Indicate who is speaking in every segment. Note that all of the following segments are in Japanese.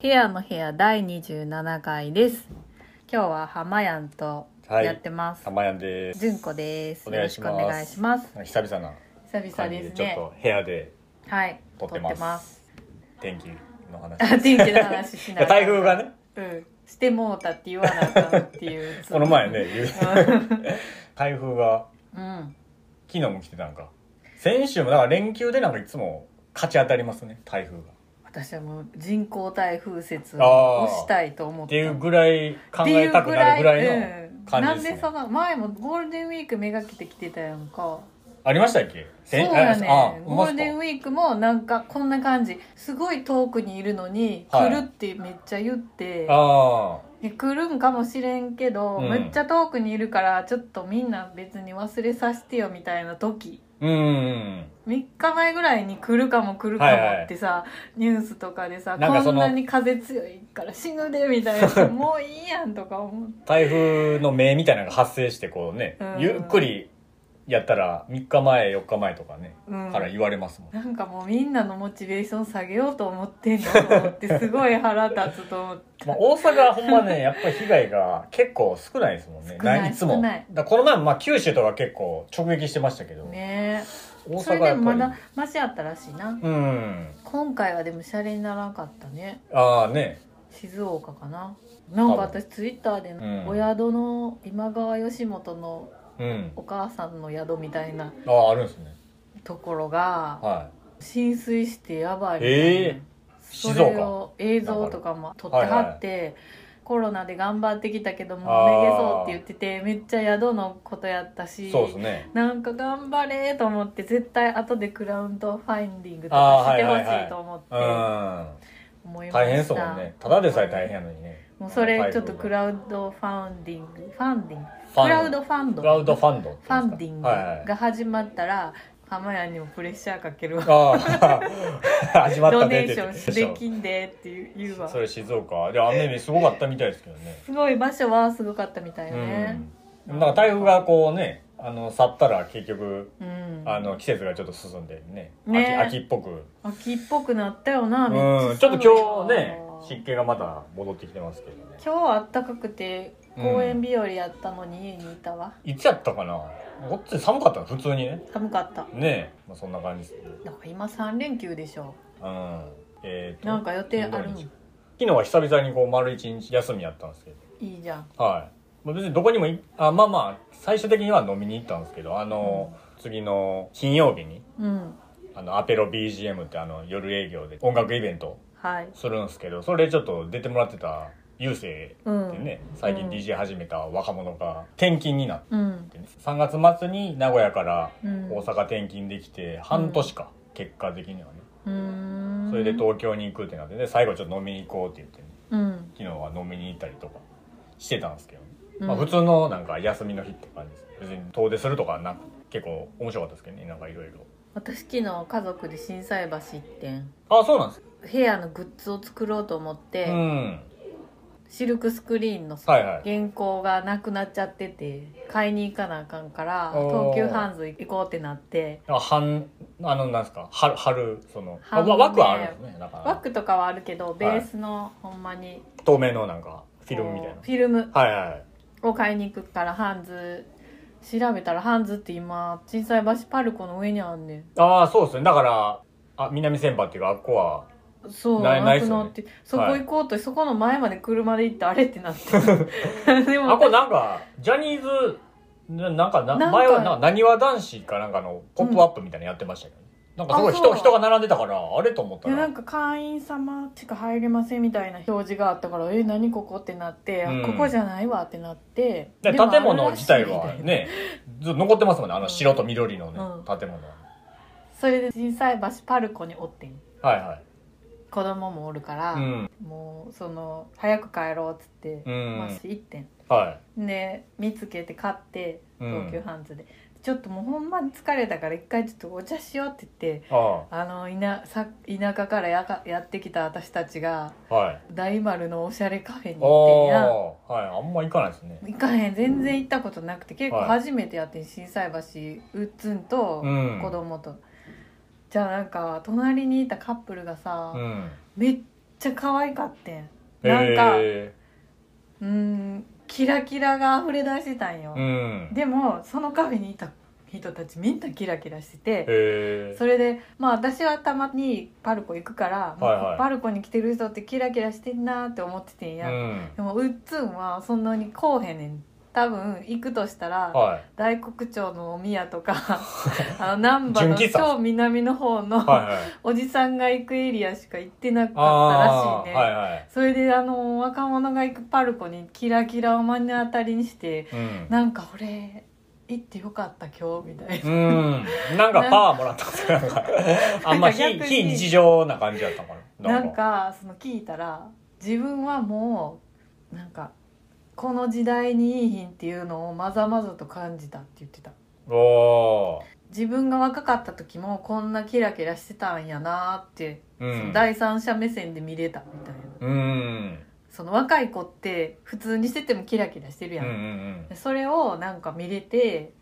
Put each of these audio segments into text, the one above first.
Speaker 1: ケアの部屋第27回です。今日は浜やんと
Speaker 2: はい
Speaker 1: やってます。
Speaker 2: 浜谷です。
Speaker 1: 純子です。
Speaker 2: お
Speaker 1: よ
Speaker 2: 願
Speaker 1: ろ
Speaker 2: い
Speaker 1: し
Speaker 2: し
Speaker 1: く
Speaker 2: ます
Speaker 1: お願いします。
Speaker 2: 久々な
Speaker 1: 久々
Speaker 2: 感じ
Speaker 1: で
Speaker 2: ですちょっ
Speaker 1: ね。
Speaker 2: と部屋で
Speaker 1: はい。
Speaker 2: 撮ってます。
Speaker 1: ます。
Speaker 2: 天気の 話。
Speaker 1: あ天気の話し
Speaker 2: い
Speaker 1: な
Speaker 2: や
Speaker 1: い。
Speaker 2: 台風がね、
Speaker 1: うん。してもうたって言わなあかんっていう。
Speaker 2: この前ね、言う 台風が
Speaker 1: うん。
Speaker 2: 昨日も来てたんか。先週もだから連休でなんかいつも勝ち当たりますね、台風が。
Speaker 1: 私はもう人工台風説
Speaker 2: あ
Speaker 1: を
Speaker 2: ー
Speaker 1: したいと思っ
Speaker 2: っ
Speaker 1: て
Speaker 2: ていうぐらい考えたくなるぐらいの
Speaker 1: な
Speaker 2: 感
Speaker 1: ん
Speaker 2: じで
Speaker 1: ですそ
Speaker 2: ね。
Speaker 1: の前もゴールデンウィークめがけてきてたやんか
Speaker 2: ありましたっけ
Speaker 1: そう
Speaker 2: 先
Speaker 1: や
Speaker 2: あ
Speaker 1: ねん
Speaker 2: あ
Speaker 1: ゴールデンウ
Speaker 2: ほんまっすか
Speaker 1: ィークもなんかこんな感じすごい遠くにいるのに
Speaker 2: は
Speaker 1: 来
Speaker 2: い
Speaker 1: るってめっちゃ言って、
Speaker 2: あ
Speaker 1: で来るんかもしれんけど、
Speaker 2: うん
Speaker 1: めっちゃ遠くにいるからちょっとみんな別に忘れさせてよみたいな時
Speaker 2: あ。うん。
Speaker 1: 3日前ぐらいに来るかも来るかもってさ、ニュースとかでさ
Speaker 2: なんか
Speaker 1: こ
Speaker 2: その
Speaker 1: んなに風強いから死ぬでみたい なもういいやんとか思って
Speaker 2: 台風の目みたいなのが発生してこうね、
Speaker 1: うん
Speaker 2: ゆっくりやったら3日前4日前とかね、
Speaker 1: うん
Speaker 2: から言われますもん
Speaker 1: なんかもうみんなのモチベーション下げようと思ってんのと思ってすごい腹立つと思って。
Speaker 2: まあ、大阪ほんまね、や っぱり被害が結構少ないですもんね。
Speaker 1: 少ない
Speaker 2: いつも。
Speaker 1: 少ない
Speaker 2: だからこの前もまあ九州とか結構直撃してましたけど、
Speaker 1: ね
Speaker 2: 大
Speaker 1: えそれ
Speaker 2: 阪
Speaker 1: で
Speaker 2: やっ
Speaker 1: も
Speaker 2: ぱ
Speaker 1: ま
Speaker 2: り。
Speaker 1: だマシやったらしいな
Speaker 2: うん。
Speaker 1: 今回はでもシャレにならんかったね
Speaker 2: ああね。
Speaker 1: 静岡かななんか私ツイッターで、
Speaker 2: うん
Speaker 1: お宿の今川義元の
Speaker 2: うん。
Speaker 1: お母さんの宿みたいな
Speaker 2: ああ、あるんですね。
Speaker 1: ところが
Speaker 2: は
Speaker 1: 浸水してやばいみたいな、
Speaker 2: ええ
Speaker 1: それを映像とかも撮ってはって、コロナで頑張ってきたけどもうめげそうって言っててめっちゃ宿のことやった
Speaker 2: い。
Speaker 1: し
Speaker 2: そうですね。
Speaker 1: なんか頑張れと思って絶対後でクラウンドファインディングと
Speaker 2: あ
Speaker 1: かし
Speaker 2: ー
Speaker 1: てほし
Speaker 2: はいはいはい
Speaker 1: いと思って
Speaker 2: うん。
Speaker 1: 思いました
Speaker 2: 大変そうもんね。ただでさえ大変やのにね。
Speaker 1: もうそれちょっと
Speaker 2: 台風
Speaker 1: ク
Speaker 2: が
Speaker 1: ラウドファンディングファンディング
Speaker 2: ファン
Speaker 1: クラウドファンド
Speaker 2: クラウドファンド。
Speaker 1: ファンディング
Speaker 2: はいはい。
Speaker 1: が始まったら浜屋にもプレッシャーかけるわ
Speaker 2: ああ、 始 まっ
Speaker 1: ド
Speaker 2: たね
Speaker 1: ネ
Speaker 2: っ
Speaker 1: ーシ
Speaker 2: て
Speaker 1: ョ
Speaker 2: 言っ
Speaker 1: ンしで
Speaker 2: て。
Speaker 1: きんでっていう言うわ
Speaker 2: それ静岡。で、雨にすごかったみたいですけどね。
Speaker 1: すごい場所はすごかったみたいよね
Speaker 2: うん、でもなんか台風がこうねあの去ったら結局、
Speaker 1: うん
Speaker 2: あの季節がちょっと進んでね
Speaker 1: ね
Speaker 2: 秋秋っぽく、
Speaker 1: 秋っぽくなったよな
Speaker 2: う
Speaker 1: め
Speaker 2: ん、ちょっ
Speaker 1: 寒い
Speaker 2: と今日ね
Speaker 1: わ
Speaker 2: 湿気がまだ戻ってきてますけどね
Speaker 1: 今日はあったかくて公園日和やったのに家にいたわ、
Speaker 2: いつやったかなこっち寒かったの普通にね
Speaker 1: 寒かった
Speaker 2: ねえ、まあ、そんな感じですね
Speaker 1: なんか今3連休でしょ
Speaker 2: うんえーと
Speaker 1: なんか予定あるんい
Speaker 2: 15日昨日は久々にこう丸一日休みやったんですけ
Speaker 1: いじゃん、
Speaker 2: どはいまあ別にどこにもいあまあまあ最終的には飲みに行ったんですけどあの、次の金曜日に
Speaker 1: うん、
Speaker 2: あの、アペロ BGM ってあの、夜営業で音楽イベント
Speaker 1: はい
Speaker 2: するんですけど、それちょっと出てもらってた、ゆうせ
Speaker 1: う
Speaker 2: いって
Speaker 1: ん
Speaker 2: ね、最近 DJ 始めた若者が転勤になっ
Speaker 1: うん
Speaker 2: てね、3月末に名古屋から
Speaker 1: うん
Speaker 2: 大阪転勤できて、半年か、結果的にはね。
Speaker 1: うーん
Speaker 2: それで東京に行くってなって、で、最後ちょっと飲みに行こうって言ってね、
Speaker 1: うん
Speaker 2: 昨日は飲みに行ったりとかしてたんですけどね、
Speaker 1: うん
Speaker 2: まあ普通のなんか休みの日って感じです。別に遠出するとかはなく、結構面白かったですけどね、なんかいろいろ。
Speaker 1: 私昨日家族で心斎橋行ってん
Speaker 2: あ、そうなんです
Speaker 1: 部屋のグッズを作ろうと思って、
Speaker 2: うん。
Speaker 1: シルクスクリーンの
Speaker 2: はいはい。
Speaker 1: 原稿がなくなっちゃってて買いに行かなあかんから
Speaker 2: お
Speaker 1: 東
Speaker 2: ー
Speaker 1: 急ハンズ行こうってなって
Speaker 2: あ、半、あの、なんですか、春、春、その、あ
Speaker 1: 半ね
Speaker 2: わ枠はあるんですね。だから、
Speaker 1: 枠とかはあるけどベースのほんまに
Speaker 2: 透明のなんか、フィルムみたい
Speaker 1: こ
Speaker 2: な
Speaker 1: う。フィルム
Speaker 2: はいはい。
Speaker 1: を買いに行くからハンズ調べたらハンズって今小さい橋パルコの上にあんね
Speaker 2: ああ、そうですね。だから、あ、南先輩っていうか、あっこは、
Speaker 1: んそう
Speaker 2: ないないっ
Speaker 1: く
Speaker 2: すよね
Speaker 1: なってそこ行こうと、そこの前まで車で行ってあれってなって で
Speaker 2: あ
Speaker 1: も
Speaker 2: っこなんか、ジャニーズ、ななんか
Speaker 1: な
Speaker 2: な
Speaker 1: んか
Speaker 2: 前はなんか、なにわ男子かなんかの、ポップアップみたいなのやってましたけどね。なんかすごい人、
Speaker 1: あそう
Speaker 2: 人が並んでたから、あれと思っ
Speaker 1: い
Speaker 2: た
Speaker 1: やなんか
Speaker 2: ら、
Speaker 1: 会員様しか入れませんみたいな表示があったから「え何ここ?」ってなって、あ
Speaker 2: うん
Speaker 1: ここじゃないわ」ってなってで
Speaker 2: で
Speaker 1: も
Speaker 2: 建物自体
Speaker 1: あるら
Speaker 2: は
Speaker 1: しいみたいな
Speaker 2: ね、ずっと残ってますもんね。あの、白と緑のね、
Speaker 1: う
Speaker 2: 建物は。
Speaker 1: それで心斎橋パルコにおってん
Speaker 2: はいはい。
Speaker 1: 子供もおるから、
Speaker 2: うん。
Speaker 1: もうその早く帰ろうっつって、
Speaker 2: うん
Speaker 1: まあ行ってん
Speaker 2: はい。
Speaker 1: で見つけて買って
Speaker 2: うん
Speaker 1: 東急ハンズで、ちょっともうほんまに疲れたから一回ちょっとお茶しようって言って
Speaker 2: あ
Speaker 1: あの田さ田舎からやかやってきた私たちが
Speaker 2: あ、はい。
Speaker 1: 大丸のおしゃれカフェに
Speaker 2: あ
Speaker 1: 行ってんやん。
Speaker 2: あ、はい。あんま行かないですね。
Speaker 1: 行かへん全然行ったことなくて結構
Speaker 2: はい
Speaker 1: 初めてやってん心斎橋うっつんと
Speaker 2: うん
Speaker 1: 子供と、じゃあなんか隣にいたカップルがさ、
Speaker 2: うん。
Speaker 1: めっちゃ可愛かってん
Speaker 2: へ
Speaker 1: なんか
Speaker 2: え
Speaker 1: うんキラキラが溢れ出してたんよ、
Speaker 2: うん
Speaker 1: でもそのカフェにいた人たちみんなキラキラしてて、
Speaker 2: へえ
Speaker 1: それでまあ私はたまにパルコ行くから、
Speaker 2: はいはい
Speaker 1: パルコに来てる人ってキラキラしてんなーって思っててんや、
Speaker 2: うん
Speaker 1: でもうっつんはそんなにこうへんねん多分行くとしたら、
Speaker 2: はい
Speaker 1: 大黒町のお宮と かあの難波
Speaker 2: 純
Speaker 1: の
Speaker 2: 喫茶
Speaker 1: 超南の方の、
Speaker 2: はいはい
Speaker 1: おじさんが行くエリアしか行ってなか
Speaker 2: あ
Speaker 1: っ
Speaker 2: あ
Speaker 1: たらしいね、
Speaker 2: はいはい
Speaker 1: それであの若者が行くパルコにキラキラを目の当たりにして
Speaker 2: うん
Speaker 1: なんか俺行ってよかった今日みたいな
Speaker 2: うんなんかパワーもらったんですかなんかあんま
Speaker 1: なん
Speaker 2: 非
Speaker 1: か逆に
Speaker 2: 非日常な感じだったか
Speaker 1: な
Speaker 2: な
Speaker 1: んかその聞いたら自分はもうなんかこの時代にいい品っていうのをまざまざと感じたって言ってた
Speaker 2: おお
Speaker 1: 自分が若かった時もこんなキラキラしてたんやなーって、
Speaker 2: ーう
Speaker 1: その
Speaker 2: ん
Speaker 1: 第三者目線で見れたみたいな
Speaker 2: うん
Speaker 1: その若い子って普通にしててもキラキラしてる
Speaker 2: うんう
Speaker 1: やん、
Speaker 2: ん
Speaker 1: それをなんか見れて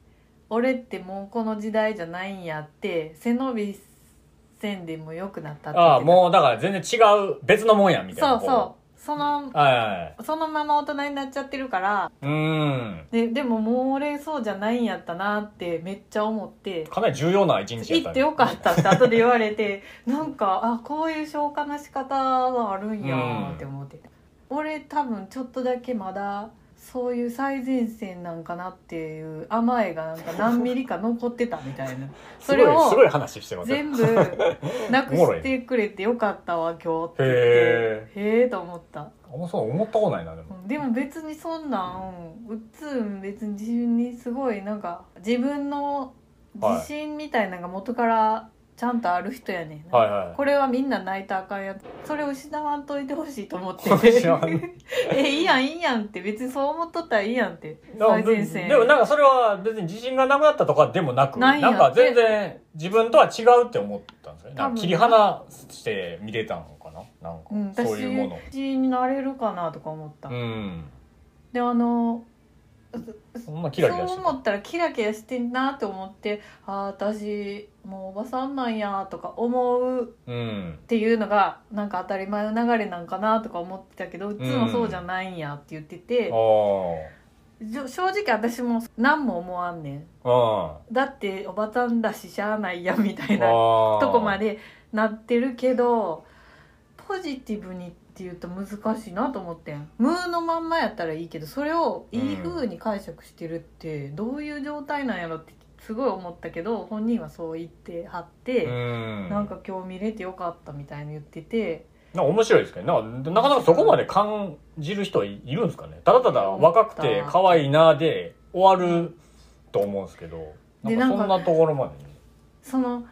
Speaker 1: 俺ってもうこの時代じゃないんやって背伸びせんでもよくなったって言ってた
Speaker 2: ああもうだから全然違う別のもんやみたい
Speaker 1: そ
Speaker 2: な
Speaker 1: うそうその
Speaker 2: うはいはい
Speaker 1: そのまま大人になっちゃってるから
Speaker 2: うん
Speaker 1: ででももう俺そうじゃないんやったなってめっちゃ思って
Speaker 2: かなり重要な一日やった
Speaker 1: 行ってよかったって後で言われてなんかあこういう消化の仕方があるんやって思って、俺多分ちょっとだけまだそういう最前線なんかなっていう甘えがなんか何ミリか残ってたみたいなそれ
Speaker 2: すごいすご
Speaker 1: を
Speaker 2: い話してますよ
Speaker 1: 全部なくしてくれてよかったわ今日 って言って
Speaker 2: へ
Speaker 1: へえと思った
Speaker 2: あんまそう思ったことないなでも
Speaker 1: うんでも別にそんなんうっつん別に自分にすごいなんか自分の自信みたいなのが元からちゃんとある人やねんな、
Speaker 2: はいはい
Speaker 1: これはみんな泣いたらあかんやつそれを失わんといてほしいと思 って
Speaker 2: 失わん
Speaker 1: えいいやんいいやんって別にそう思っとったらいいやんって
Speaker 2: でも
Speaker 1: 最前線
Speaker 2: でもなんかそれは別に自信がなくなったとかでもなく
Speaker 1: ないんや
Speaker 2: んか全然自分とは違うって思ったんですよねなんか切り離して見れたのかななんか
Speaker 1: うん、私
Speaker 2: そういうもの
Speaker 1: 自信になれるかなとか思った、
Speaker 2: うん
Speaker 1: であの
Speaker 2: そんなキラキラし
Speaker 1: そう
Speaker 2: て
Speaker 1: 思ったらキラキラしてんなって思ってああ私もうおばさんなんやとか思う
Speaker 2: うん
Speaker 1: っていうのがなんか当たり前の流れなんかなとか思ってたけどうちもそうじゃないんやって言ってて、
Speaker 2: あ
Speaker 1: じょ正直私も何も思わんねん
Speaker 2: あ
Speaker 1: だっておばちゃんだししゃあないやみたいなと
Speaker 2: と
Speaker 1: こまでなってるけどポジティブにっていうと難しいなと思ってんムーのまんまやったらいいけどそれをいい風に解釈してるってどういう状態なんやろってすごい思ったけど本人はそう言ってはって、
Speaker 2: うん
Speaker 1: なんか今日見れてよかったみたいに言ってて。
Speaker 2: なんか面白いですけどなんかなかなかそこまで感じる人はいいるんですかねただただ若くて可愛いなで終わると思うんですけど
Speaker 1: で
Speaker 2: なんかそん
Speaker 1: な
Speaker 2: なところまでね
Speaker 1: その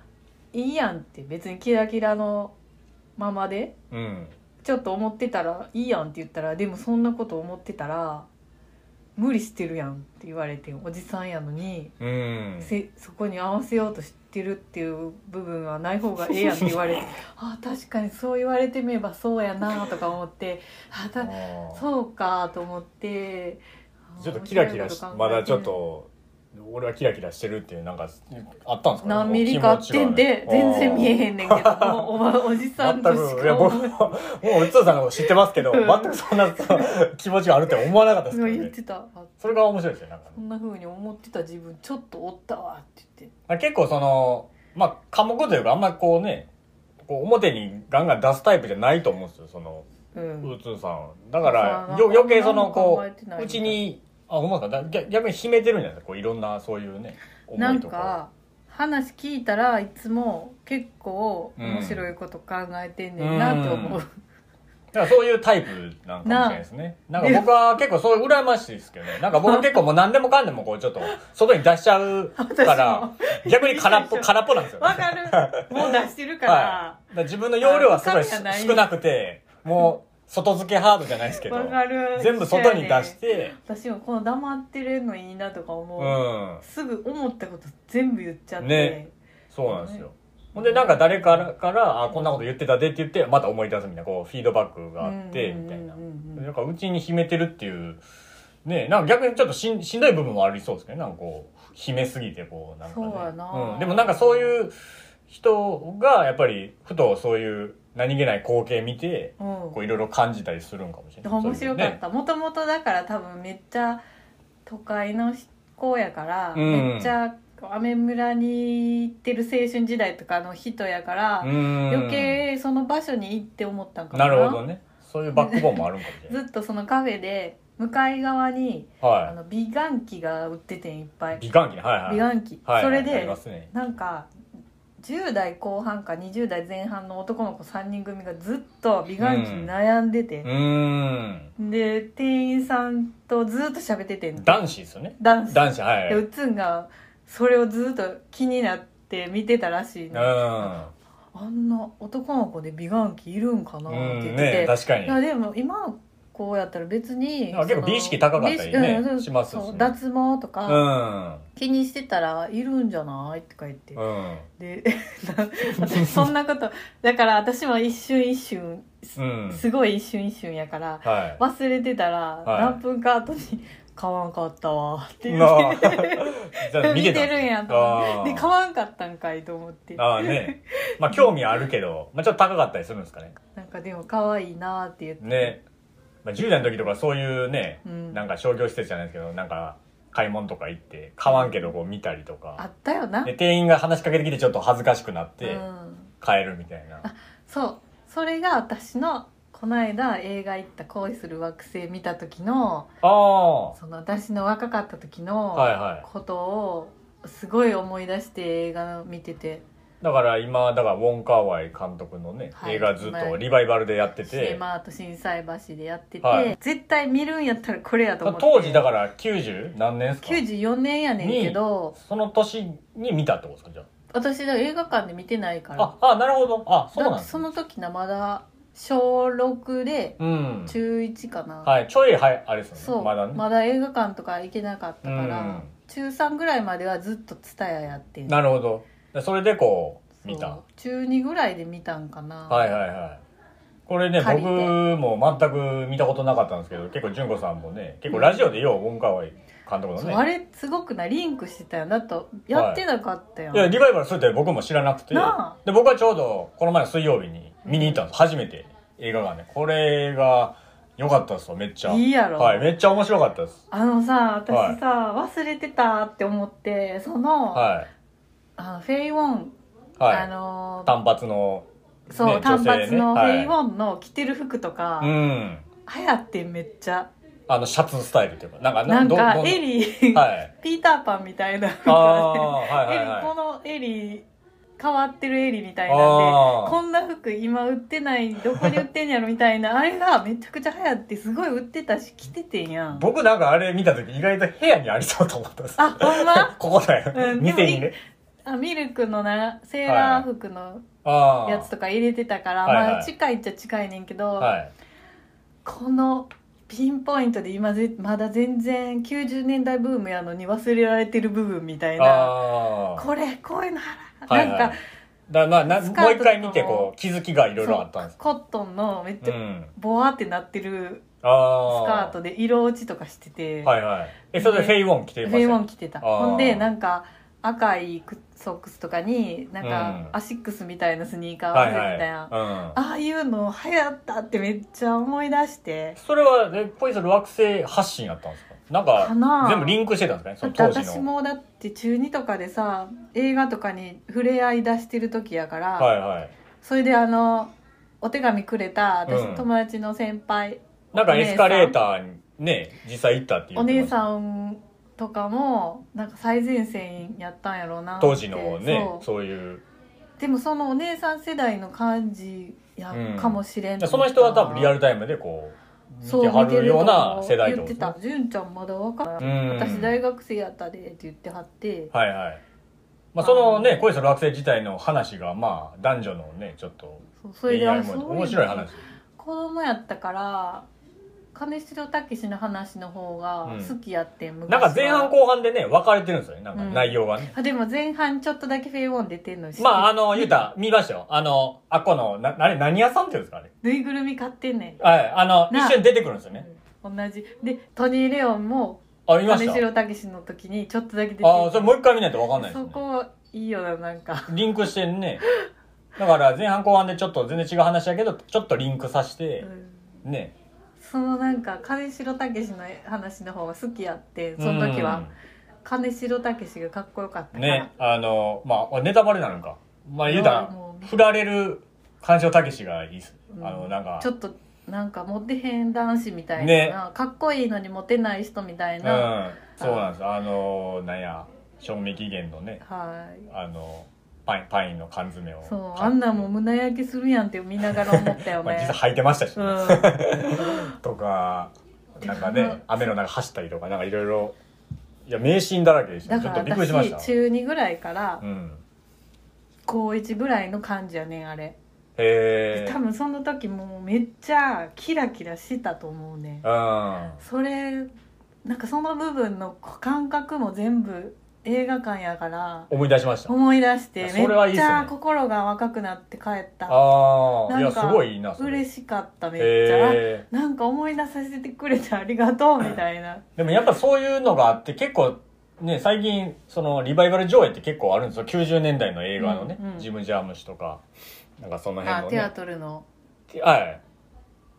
Speaker 1: いいやんって別にキラキラのままで
Speaker 2: うん
Speaker 1: ちょっと思ってたらいいやんって言ったらでもそんなこと思ってたら無理してるやんって言われておじさんやのに、
Speaker 2: うん
Speaker 1: せそこに合わせようとしてるっていう部分はない方がええやんって言わ れてああ確かにそう言われてみればそうやなとか思ってあ
Speaker 2: あ
Speaker 1: た
Speaker 2: ー
Speaker 1: そうかと思って
Speaker 2: ちょっとキラキ
Speaker 1: 面白い
Speaker 2: ラし
Speaker 1: こと考
Speaker 2: ま
Speaker 1: えてる
Speaker 2: だちょっと俺はキラキラしてるっていうなんかあったんですかね
Speaker 1: 何ミリかあってんで、
Speaker 2: 気持ちがね
Speaker 1: 全然見えへんねんけどもうおばおじさん
Speaker 2: 全
Speaker 1: とし
Speaker 2: くいや
Speaker 1: か
Speaker 2: 僕
Speaker 1: 思
Speaker 2: ももううつーさんのこと知ってますけど
Speaker 1: うん
Speaker 2: 全くそんなそう気持ちがあるって思わなかったです
Speaker 1: う
Speaker 2: けど
Speaker 1: 言っ
Speaker 2: ね
Speaker 1: てたあ
Speaker 2: それが面白いですよなんかね
Speaker 1: こんな風に思ってた自分ちょっとおったわって言って
Speaker 2: まあ結構その、まあ、科目というか、あんまりこうね、こう表にガンガン出すタイプじゃないと思うんですよ、その、
Speaker 1: う
Speaker 2: うんーつーさん。だから、
Speaker 1: そう
Speaker 2: よ余計そ
Speaker 1: なん
Speaker 2: の、
Speaker 1: か
Speaker 2: こ、
Speaker 1: 考えてないう
Speaker 2: うちに、あ、ほんまですかだ逆逆に秘めてるんじゃないですかこう、いろんなそういうね、
Speaker 1: な
Speaker 2: 思い
Speaker 1: ん
Speaker 2: とか。
Speaker 1: か話聞いたらいつも結構面白いこと考えてんねんなと思う、
Speaker 2: だからそういうタイプなんかもしれないですね。なんか僕は結構そういう羨ましいですけどね。なんか僕結構もう何でもかんでもこうちょっと外に出しちゃう から、逆に空っぽ、空っぽなんですよね。
Speaker 1: わかるもう出してるから、
Speaker 2: はい、だから自分の容量はすご
Speaker 1: あ
Speaker 2: い
Speaker 1: 深みがない
Speaker 2: 少なくてもう外付けハードじゃないですけど
Speaker 1: わかる
Speaker 2: 全部外に出し
Speaker 1: そうやね
Speaker 2: て
Speaker 1: 私もこの黙ってるのいいなとか
Speaker 2: う
Speaker 1: 思う、
Speaker 2: ん
Speaker 1: すぐ思ったこと全部言っちゃって、
Speaker 2: ねそうなんですよほんでなんか誰からから「あこんなこと言ってたで」って言ってまた思い出すみたいなこうフィードバックがあってみたいな
Speaker 1: うんうんうんうん
Speaker 2: なんかうちに秘めてるっていうねなんか逆にちょっとしんしんどい部分もありそうですけどねなんかこう秘めすぎてこうなんかね
Speaker 1: そうやな
Speaker 2: うん、でもなんかそういう人がやっぱりふとそういう何気ない光景見て
Speaker 1: うん
Speaker 2: こういろいろ感じたりするんかもしれない
Speaker 1: 面白かったもともとだから多分めっちゃ都会の子やから、
Speaker 2: うん
Speaker 1: めっちゃ雨村に行ってる青春時代とかの人やから、
Speaker 2: そういうのね
Speaker 1: 余計その場所に行って思ったん
Speaker 2: う
Speaker 1: か
Speaker 2: ん
Speaker 1: も
Speaker 2: な
Speaker 1: な
Speaker 2: るほどねそういうバックボーンもあるんかもしれな
Speaker 1: ず
Speaker 2: い
Speaker 1: っとそのカフェで向かい側にあ
Speaker 2: は
Speaker 1: の美顔器が売っててんいっぱい
Speaker 2: い美顔器ねはいはい
Speaker 1: 美顔器、
Speaker 2: はい
Speaker 1: それ
Speaker 2: はいあり
Speaker 1: で
Speaker 2: ますね
Speaker 1: なんか10代後半か20代前半の男の子3人組がずっと美顔器に悩んでて
Speaker 2: う、ーん
Speaker 1: で店員さんとずっと喋っててん
Speaker 2: 男子ですよね
Speaker 1: ダンス
Speaker 2: 男子はいはい
Speaker 1: でうっつんがそれをずっと気になって見てたらしいね
Speaker 2: う
Speaker 1: あんな男の子で美顔器いるんかなっ
Speaker 2: んう
Speaker 1: て言
Speaker 2: ん
Speaker 1: ってて、
Speaker 2: ね確か
Speaker 1: い
Speaker 2: に
Speaker 1: やでも今こうやったら別に
Speaker 2: あ結構美意識高かった
Speaker 1: そ
Speaker 2: りね
Speaker 1: の美意識うん
Speaker 2: しますしね
Speaker 1: そう脱毛と
Speaker 2: う
Speaker 1: か
Speaker 2: ん
Speaker 1: 気にしてたらいるんじゃないとか言って、
Speaker 2: うん
Speaker 1: で 私そんなことだから私は一瞬一瞬
Speaker 2: うん
Speaker 1: すごい一瞬一瞬やから
Speaker 2: はい
Speaker 1: 忘れてたら
Speaker 2: はい
Speaker 1: 何分か後に「買わんかったわ」 って言
Speaker 2: なあ
Speaker 1: って
Speaker 2: じゃあ
Speaker 1: 見
Speaker 2: 見て
Speaker 1: て
Speaker 2: た
Speaker 1: るんやと思
Speaker 2: あ
Speaker 1: っ
Speaker 2: ー
Speaker 1: てで買わんかったんかいと思って
Speaker 2: ああねまあ興味あるけど、まあ、ちょっと高かったりするんですかね
Speaker 1: なんかでも可愛いなって言って、
Speaker 2: ね、まあ、10代の時とかそういうね
Speaker 1: うん、
Speaker 2: なんか商業施設じゃないですけどなんか買い物とか行って買わんけどこう見たりと
Speaker 1: あ
Speaker 2: か
Speaker 1: ったよな、
Speaker 2: で店員が話しかけてきてちょっと恥ずかしくなっ
Speaker 1: う
Speaker 2: て
Speaker 1: ん、
Speaker 2: 買えるみたいな、
Speaker 1: そうそれが私のこの間映画行った「恋する惑星」見た時の
Speaker 2: ああは
Speaker 1: その私の若かった時
Speaker 2: い
Speaker 1: の
Speaker 2: は
Speaker 1: ことをすごい思い出して映画を見てて
Speaker 2: いだから今だからウォン・カーワイ監督のね、
Speaker 1: はい
Speaker 2: 映画ずっとリバイバルでやって
Speaker 1: シネ
Speaker 2: て
Speaker 1: マート心斎橋でやってて、
Speaker 2: はい
Speaker 1: 絶対見るんやったらこれやと思って
Speaker 2: 当時だからら90何年ですか
Speaker 1: 94年やねんけど
Speaker 2: その年に見たってことですかじゃ
Speaker 1: 私だから映画館で見てないから
Speaker 2: あああなるほどあそう
Speaker 1: だ
Speaker 2: な
Speaker 1: っ
Speaker 2: ん
Speaker 1: て
Speaker 2: です
Speaker 1: そ
Speaker 2: ね
Speaker 1: の時なまだ小6で
Speaker 2: うん
Speaker 1: 中1かな、
Speaker 2: はいちょいはいあれです
Speaker 1: そ
Speaker 2: よ
Speaker 1: う
Speaker 2: ね
Speaker 1: ま
Speaker 2: ま
Speaker 1: だ
Speaker 2: だね
Speaker 1: 映画館とか行けなかったから、
Speaker 2: うん
Speaker 1: 中3ぐらいまではずっと蔦屋やってん
Speaker 2: なるほどでそれでこう
Speaker 1: そう
Speaker 2: 見た
Speaker 1: 中2ぐらいで見たんかな、
Speaker 2: はいはいはいこれね
Speaker 1: 借
Speaker 2: 僕
Speaker 1: りて
Speaker 2: も全く見たことなかったんですけど結構純子さんもね結構ラジオでようウォンカワイ監督の
Speaker 1: そうあ
Speaker 2: ね
Speaker 1: れすごくないリンクしてたやんだとやってなかったやん、
Speaker 2: いやリバイバルするって僕も知らなくて
Speaker 1: なあ
Speaker 2: で僕はちょうどこの前の水曜日に見に行ったんです初めて映画がねこれが良かったですよめっちゃ
Speaker 1: いいやろ
Speaker 2: はいめっちゃ面白かったです
Speaker 1: あのさ私さ、忘れてたって思ってその,、
Speaker 2: は
Speaker 1: あのフェイ・ウォン、
Speaker 2: いは
Speaker 1: あ
Speaker 2: い
Speaker 1: のー
Speaker 2: 単発の
Speaker 1: そう、
Speaker 2: ね
Speaker 1: 単発のフ
Speaker 2: 女性ね
Speaker 1: ェイ・ウォンの着てる服とか、
Speaker 2: うん
Speaker 1: 流行ってんめっちゃ
Speaker 2: あのシャツスタイルっていうかなんか
Speaker 1: なんか
Speaker 2: どど
Speaker 1: エリー、
Speaker 2: はい
Speaker 1: ピーターパンみたいな服
Speaker 2: ああ
Speaker 1: がね
Speaker 2: はいはい
Speaker 1: エリこ
Speaker 2: は
Speaker 1: のエリ変わってるエリみたい
Speaker 2: い
Speaker 1: なんでこ
Speaker 2: あ
Speaker 1: んな服今売ってないどこに売ってんやろみた いなあれがめちゃくちゃ流行ってすごい売ってたし着ててんや
Speaker 2: あ
Speaker 1: ん
Speaker 2: 僕なんかあれ見た時意外と部屋にありそうと思ったんです
Speaker 1: あほんま
Speaker 2: ここだよ、
Speaker 1: うん
Speaker 2: 店にね
Speaker 1: あミルクのなセーラー服の
Speaker 2: ああ
Speaker 1: やつとか入れてたから
Speaker 2: はいはい
Speaker 1: まあ近いっちゃ近いねんけど、
Speaker 2: はい
Speaker 1: このピンポイントで今ぜまだ全然90年代ブームやのに忘れられてる部分みたいな
Speaker 2: ああ
Speaker 1: これこういうのは
Speaker 2: はい
Speaker 1: な
Speaker 2: は
Speaker 1: ん
Speaker 2: い
Speaker 1: か、
Speaker 2: だまあな
Speaker 1: スカートとかも
Speaker 2: もう一回見てこう気づきがいろいろあったんです
Speaker 1: コットンのめっち
Speaker 2: う
Speaker 1: ゃ
Speaker 2: ん
Speaker 1: ボワってなってるス
Speaker 2: ああ
Speaker 1: カートで色落ちとかしてて、
Speaker 2: はいはいえそれでフェイウォン着てまし
Speaker 1: フ
Speaker 2: た
Speaker 1: ェイウォ
Speaker 2: よ
Speaker 1: ン着てた
Speaker 2: あー
Speaker 1: ほんでなんか赤いくソックスとかになんか
Speaker 2: うん
Speaker 1: アシックスみたいなスニーカーを合わ
Speaker 2: は
Speaker 1: せ
Speaker 2: い
Speaker 1: てたやん、
Speaker 2: はい、うん
Speaker 1: ああいうの流行ったってめっちゃ思い出して
Speaker 2: それはねポイズル惑星発信やったんですかなん
Speaker 1: か
Speaker 2: か
Speaker 1: な
Speaker 2: 全部リンクしてたんですかねそ
Speaker 1: だっ
Speaker 2: の
Speaker 1: て
Speaker 2: 当時の
Speaker 1: 私もだって中2とかでさ映画とかに触れ合い出してる時やから、
Speaker 2: はいはい
Speaker 1: それであのお手紙くれた私、
Speaker 2: うん
Speaker 1: 友達の先輩
Speaker 2: なんかエスカレーターにね実際行ったっていう
Speaker 1: お姉
Speaker 2: ん
Speaker 1: さんとかもなんか最前線やったんやろうなって
Speaker 2: 当時のね
Speaker 1: そう
Speaker 2: そういう
Speaker 1: でもそのお姉さん世代の感じや
Speaker 2: うん
Speaker 1: かもしれんと
Speaker 2: そ
Speaker 1: 思
Speaker 2: の
Speaker 1: った
Speaker 2: 人は多分リアルタイムでこう見てはるような世代って
Speaker 1: そう
Speaker 2: こ
Speaker 1: 見て
Speaker 2: と
Speaker 1: ると思う言ってた「純ちゃんまだ若い、
Speaker 2: うん
Speaker 1: 私大学生やったで」って言ってはって、
Speaker 2: はいはいまあその
Speaker 1: あ
Speaker 2: ね
Speaker 1: の
Speaker 2: 恋する惑星自体の話がまあ男女のねちょっと
Speaker 1: そうそれであ
Speaker 2: も
Speaker 1: そううの
Speaker 2: 面白い話
Speaker 1: 子供やったから金城武の話の方が好きやってん、昔
Speaker 2: な
Speaker 1: は
Speaker 2: んか前半後半でね分かれてるんですよねなんか
Speaker 1: うん
Speaker 2: 内容がね
Speaker 1: あでも前半ちょっとだけフェイウォン出てんの知ってる
Speaker 2: まああの言うたら見ましたよあのあっこのなあれ何屋さんっていうんですかあれ
Speaker 1: ぬいぐるみ買ってんねん
Speaker 2: はいあの
Speaker 1: なあ
Speaker 2: 一瞬出てくるんですよね
Speaker 1: 同じでトニー・レオンも
Speaker 2: あ見まし
Speaker 1: 金
Speaker 2: た
Speaker 1: 城武の時にちょっとだけ出てる
Speaker 2: ああそれもう一回見ないと分かんないです
Speaker 1: そ
Speaker 2: ね
Speaker 1: こいいよななんか
Speaker 2: リンクしてねだから前半後半でちょっと全然違う話やけどちょっとリンクさせて
Speaker 1: う、ん
Speaker 2: ね
Speaker 1: そのなんか金城武の話の方が好きやってその時は、金城武がかっこよかったか
Speaker 2: うん
Speaker 1: ら、
Speaker 2: ねあのまあネタバレなのかまあ言うたら
Speaker 1: もう
Speaker 2: 振られる感情たけしがいいっす、
Speaker 1: うん
Speaker 2: あのなんか
Speaker 1: ちょっとなんかモテへん男子みたいな、
Speaker 2: ね
Speaker 1: かっこいいのにモテない人みたいな、はい、
Speaker 2: うんそうなんですあのなんや賞味期限のねあのパインパインの缶詰を
Speaker 1: そうあんなんもう胸焼けするやんって見ながら思ったよ
Speaker 2: まあ、実
Speaker 1: ね
Speaker 2: 際、履いてましたし、ね
Speaker 1: うん、
Speaker 2: とかなんか
Speaker 1: でも
Speaker 2: ね雨の中走ったりとかなんかいろいろいや名シーンだらけでした
Speaker 1: だ
Speaker 2: ねち
Speaker 1: か
Speaker 2: ょっとびっ
Speaker 1: ら
Speaker 2: くりしました
Speaker 1: 私中2ぐらいから
Speaker 2: うん
Speaker 1: 高1ぐらいの感じやねんあれ、
Speaker 2: へえ
Speaker 1: 多分その時もうめっちゃキラキラしたと思うねん
Speaker 2: うん
Speaker 1: それなんかその部分の感覚も全部映画館やから
Speaker 2: 思い出しました
Speaker 1: 思い出して
Speaker 2: そ
Speaker 1: め
Speaker 2: れはいい
Speaker 1: っ
Speaker 2: っ
Speaker 1: ち
Speaker 2: すね
Speaker 1: ゃ心が若くなって帰った
Speaker 2: ああい
Speaker 1: な
Speaker 2: や
Speaker 1: ん
Speaker 2: す
Speaker 1: か
Speaker 2: ごいいいなそれ
Speaker 1: 嬉しかっためっちゃ
Speaker 2: へえ
Speaker 1: なんか思い出させてくれてありがとうみたいな
Speaker 2: でもやっぱそういうのがあって結構ね最近そのリバイバル上映って結構あるんですよ90年代の映画のね、
Speaker 1: うんうん
Speaker 2: ジム・ジャームシとかなんかその辺
Speaker 1: あ
Speaker 2: の
Speaker 1: テア
Speaker 2: ね
Speaker 1: トルの
Speaker 2: はい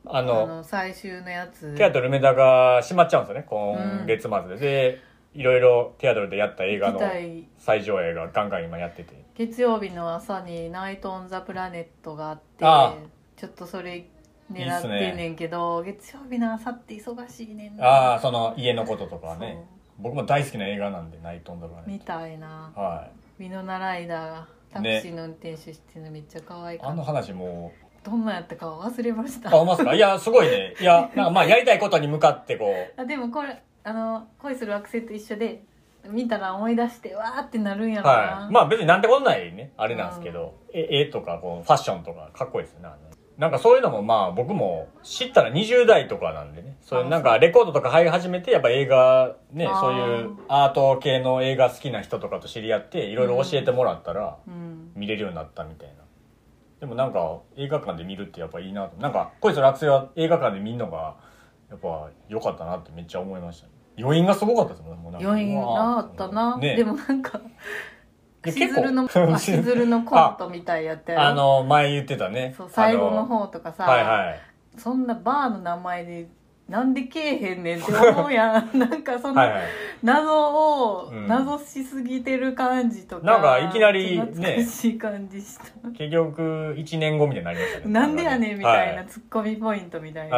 Speaker 2: あ
Speaker 1: あ
Speaker 2: の
Speaker 1: の最終のやつ
Speaker 2: テアドルメダが閉まっちゃうんですよね今月末で、でいろいろテアドルでやった映画
Speaker 1: 舞
Speaker 2: の
Speaker 1: 台
Speaker 2: 最上映がガンガン今やってて
Speaker 1: 月曜日の朝に「ナイト・オン・ザ・プラネット」があって
Speaker 2: ああ
Speaker 1: ちょっとそれ狙ってんねんけど月曜日の朝って忙しいねんな
Speaker 2: ああその家のこととかね
Speaker 1: そ
Speaker 2: 僕も大好きな映画なんでナイト・オン・ザ・ブラ
Speaker 1: う
Speaker 2: ネッ
Speaker 1: みたいな
Speaker 2: トは
Speaker 1: ミノナライダーがタクシーの運転手してるのめっちゃ可愛
Speaker 2: い
Speaker 1: か
Speaker 2: あ
Speaker 1: った、
Speaker 2: の話もう
Speaker 1: どんなんやったか忘れま した
Speaker 2: あ思いますかいやすごいねいやなんかまあやりたいことに向かってこう
Speaker 1: あでもこれあの恋する惑星と一緒で見たら思い出してわーってなるんやろな、
Speaker 2: はい。まあ別になんてことないね、あれなんですけど、え絵とかこうファッションとかかっこいいですよね。あのなんかそういうのもまあ僕も知ったら20代とかなんでね、そういう
Speaker 1: あ
Speaker 2: なんかレコードとか入り始めてやっぱ映画ね
Speaker 1: あ、ー
Speaker 2: そういうアート系の映画好きな人とかと知り合っていろいろ教えてもらったら
Speaker 1: うん、
Speaker 2: 見れるようになったみたいな。でもなんか映画館で見るってやっぱいいなと。なんかこいつ落成は映画館で見るのがやっぱ良かったなってめっちゃ思いましたね。余韻がすごかったですもんね。もうなんか
Speaker 1: 余韻
Speaker 2: うわ
Speaker 1: なあ
Speaker 2: ー
Speaker 1: ったな、
Speaker 2: ね
Speaker 1: でもなんか
Speaker 2: で
Speaker 1: しずる の
Speaker 2: 結構
Speaker 1: しずるのコントみたいやったよ
Speaker 2: あの前言ってたね
Speaker 1: そう最後の
Speaker 2: あ
Speaker 1: 方とかさ、
Speaker 2: はいはい
Speaker 1: そんなバーの名前でなんでけえへんねんって思うや んなんかそ
Speaker 2: はい
Speaker 1: の
Speaker 2: はい
Speaker 1: 謎を、
Speaker 2: うん
Speaker 1: 謎しすぎてる感じとか
Speaker 2: なんかいきなりね
Speaker 1: 懐かしい感じした
Speaker 2: 結局1年後みたいになりましたね
Speaker 1: なんでやねんみたい
Speaker 2: は
Speaker 1: なツッコミポイントみたいな、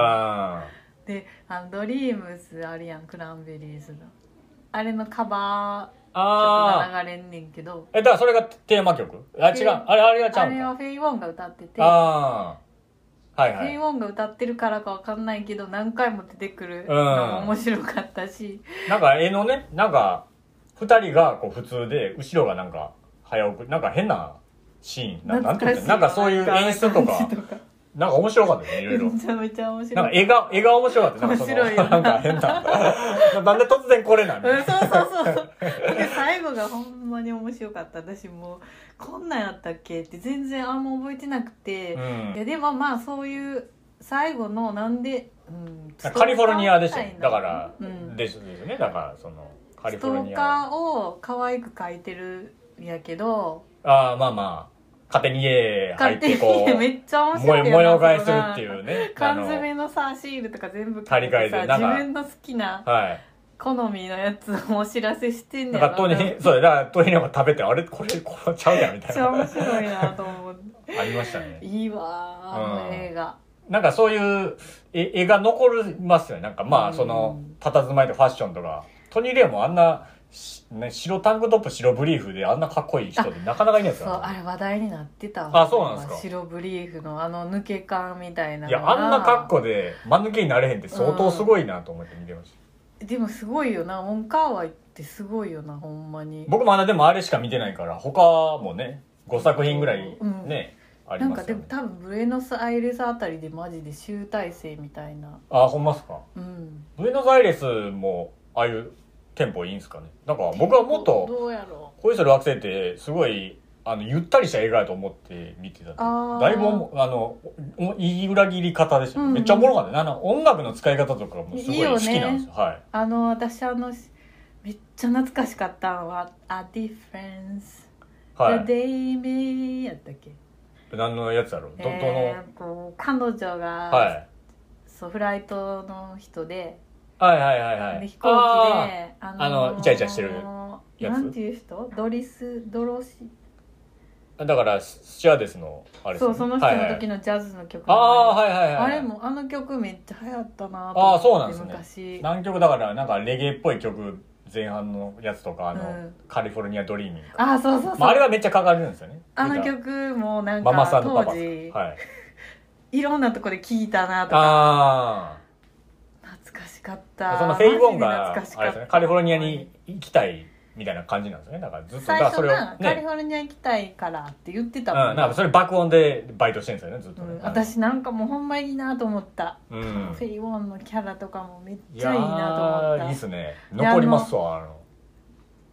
Speaker 2: あ
Speaker 1: であのドリームスあるやんクランベリーズのあれのカバー
Speaker 2: あ
Speaker 1: 曲
Speaker 2: ああ
Speaker 1: が流れんねんけど
Speaker 2: えだからそれがテーマ曲あ違う
Speaker 1: うん
Speaker 2: あれあれがちゃ
Speaker 1: あ
Speaker 2: うん
Speaker 1: れは
Speaker 2: か
Speaker 1: フェイ・ウォンが歌ってて
Speaker 2: ああはい
Speaker 1: フ
Speaker 2: は
Speaker 1: ェイ・ウ
Speaker 2: い
Speaker 1: ォンが歌ってるからかわかんないけど何回も出てくるのも面白かったし、
Speaker 2: なんか絵のねなんか2人がこう普通で後ろがなんか早送りなんか変なシーンななんて
Speaker 1: 懐
Speaker 2: 言
Speaker 1: かし
Speaker 2: うの
Speaker 1: い
Speaker 2: なんかそういう演出とか
Speaker 1: 感じとか
Speaker 2: なんか面白かったですねいろいろ
Speaker 1: めちゃめちゃ面
Speaker 2: なん
Speaker 1: 白
Speaker 2: か
Speaker 1: い
Speaker 2: 絵が、絵が面白かった。なんかその、
Speaker 1: 面白いよ
Speaker 2: なんか変な。なんで突然これなの
Speaker 1: うん、そうそうそうそうで最後がほんまに面白かった私もうこんなんやったっけって全然あんま覚えてなくて、
Speaker 2: うん
Speaker 1: いやでもまあそういう最後のなんで、うん、
Speaker 2: カリフォルニアでしたよ
Speaker 1: ストーカーみい
Speaker 2: だ
Speaker 1: な
Speaker 2: から、
Speaker 1: うん、
Speaker 2: ですですよねだからそのカ
Speaker 1: ス
Speaker 2: リフォ
Speaker 1: ト
Speaker 2: ル
Speaker 1: ー
Speaker 2: ニ
Speaker 1: カ
Speaker 2: アあ
Speaker 1: ーを可愛く描いてるんやけど
Speaker 2: あーまあまあ勝手に家
Speaker 1: 勝
Speaker 2: 入っ
Speaker 1: 手
Speaker 2: てこ
Speaker 1: に
Speaker 2: う
Speaker 1: めっちゃ面
Speaker 2: 模
Speaker 1: 白い
Speaker 2: 様
Speaker 1: よな
Speaker 2: 模様替えするっていうねあ
Speaker 1: 缶
Speaker 2: の
Speaker 1: 詰のさシールとか全部描い
Speaker 2: 張り替
Speaker 1: て
Speaker 2: えて
Speaker 1: さ
Speaker 2: なん
Speaker 1: 自
Speaker 2: か
Speaker 1: 分の好きな
Speaker 2: はい
Speaker 1: 好みのやつをお知らせしてんね
Speaker 2: なんん
Speaker 1: や
Speaker 2: か
Speaker 1: ろ
Speaker 2: トイレ そうだからトイレも食べてあれこれ これちゃうやんみ
Speaker 1: め
Speaker 2: た
Speaker 1: っ
Speaker 2: い
Speaker 1: ちゃ
Speaker 2: な
Speaker 1: 面白いなと思う
Speaker 2: ありましたね
Speaker 1: いいわーあの映画、
Speaker 2: なんかそういう絵絵が残りますよねなんかま
Speaker 1: う
Speaker 2: あ
Speaker 1: ん
Speaker 2: その佇まいとファッションとかトニー・レイもあんなしね、白タンクトップ白ブリーフであんなかっこいい人ってなかなかいないです
Speaker 1: そ
Speaker 2: よ
Speaker 1: う
Speaker 2: ね
Speaker 1: あれ話題になってたわ
Speaker 2: あそうなんですか
Speaker 1: 白ブリーフのあの抜け感みたいないのが
Speaker 2: や、あんな格好で、間抜けになれへんって相当すごいなと思って見てまし
Speaker 1: でもすごいよなウォンカーワイってすごいよなほんまに
Speaker 2: た。僕まだでもあれしか見てないから、他もね、5作品ぐらい
Speaker 1: うん
Speaker 2: ね、あり
Speaker 1: なん
Speaker 2: ま
Speaker 1: か
Speaker 2: す
Speaker 1: で
Speaker 2: よ
Speaker 1: も
Speaker 2: ね。
Speaker 1: 多分ブエノスアイレスあたりでマジで集大成みたいな
Speaker 2: あ、ほんまっすか。
Speaker 1: うん
Speaker 2: ブエノザイレスも、ああいうテンポいいんすかね。なんか僕はもっと、
Speaker 1: どうやろ
Speaker 2: 恋する惑星って、すごい、あの、ゆったりした映画やと思って見てたんで
Speaker 1: あー
Speaker 2: だいぶお、あの、おいい裏切り方でしたね、
Speaker 1: うんうん
Speaker 2: めっちゃおもろかったね。あの、音楽の使い方とかもすごい好きなん
Speaker 1: いいよ
Speaker 2: です
Speaker 1: ね
Speaker 2: よ。はい。
Speaker 1: うあの私あのめっちゃ懐かしかったのは「A Difference
Speaker 2: はい。
Speaker 1: The Day May」やったっけ
Speaker 2: 何のやつだろうどど
Speaker 1: えーと
Speaker 2: の
Speaker 1: 彼女が、
Speaker 2: はい
Speaker 1: そうフライトの人で,、
Speaker 2: はいはいはいはい
Speaker 1: で飛行機であ
Speaker 2: あのイチャイチャしてるやつ
Speaker 1: なんていう人ドリス・ドロシ
Speaker 2: あーだからススチュアーデスのあれです
Speaker 1: そ
Speaker 2: よ
Speaker 1: う
Speaker 2: ね
Speaker 1: その人の時のジャズの曲
Speaker 2: ああー
Speaker 1: あ
Speaker 2: はいはいはい
Speaker 1: れもあの曲めっちゃ流行ったな
Speaker 2: あーそうなんですね
Speaker 1: 昔
Speaker 2: 南極だからなんかレゲエっぽい曲前半のやつとかあの、
Speaker 1: うん
Speaker 2: カリフォルニアドリーミーか
Speaker 1: あーそうそうそう、
Speaker 2: まあ、
Speaker 1: あ
Speaker 2: あれはめっちゃかかるんですよね
Speaker 1: の
Speaker 2: 歌
Speaker 1: 曲もなんか
Speaker 2: ママさんとパパ
Speaker 1: 当
Speaker 2: さん
Speaker 1: 時、
Speaker 2: はい
Speaker 1: い、ろんなとこで聞いたなとか
Speaker 2: あ
Speaker 1: 懐かしかっ
Speaker 2: あ
Speaker 1: た
Speaker 2: そのフェイ・ウォンが
Speaker 1: マジで懐かしか
Speaker 2: あれ
Speaker 1: っ
Speaker 2: です
Speaker 1: た
Speaker 2: ねカリフォルニアに行きたいみたいな感じなんですねだからずっとだ
Speaker 1: 最
Speaker 2: から
Speaker 1: 初な、カリ
Speaker 2: ね
Speaker 1: フォルニア行きたいからって言って
Speaker 2: う
Speaker 1: た
Speaker 2: ん、
Speaker 1: もん、
Speaker 2: なんかそれ爆音でバイトしてるんですよねずっと
Speaker 1: う
Speaker 2: ね、
Speaker 1: ん私なんかもうほんまいいなと思った、
Speaker 2: うん
Speaker 1: フェイ・ウォンのキャラとかもめっ
Speaker 2: い
Speaker 1: ちゃ
Speaker 2: や
Speaker 1: いいなと
Speaker 2: ー
Speaker 1: 思
Speaker 2: いい
Speaker 1: っ
Speaker 2: ったすね残りますわあの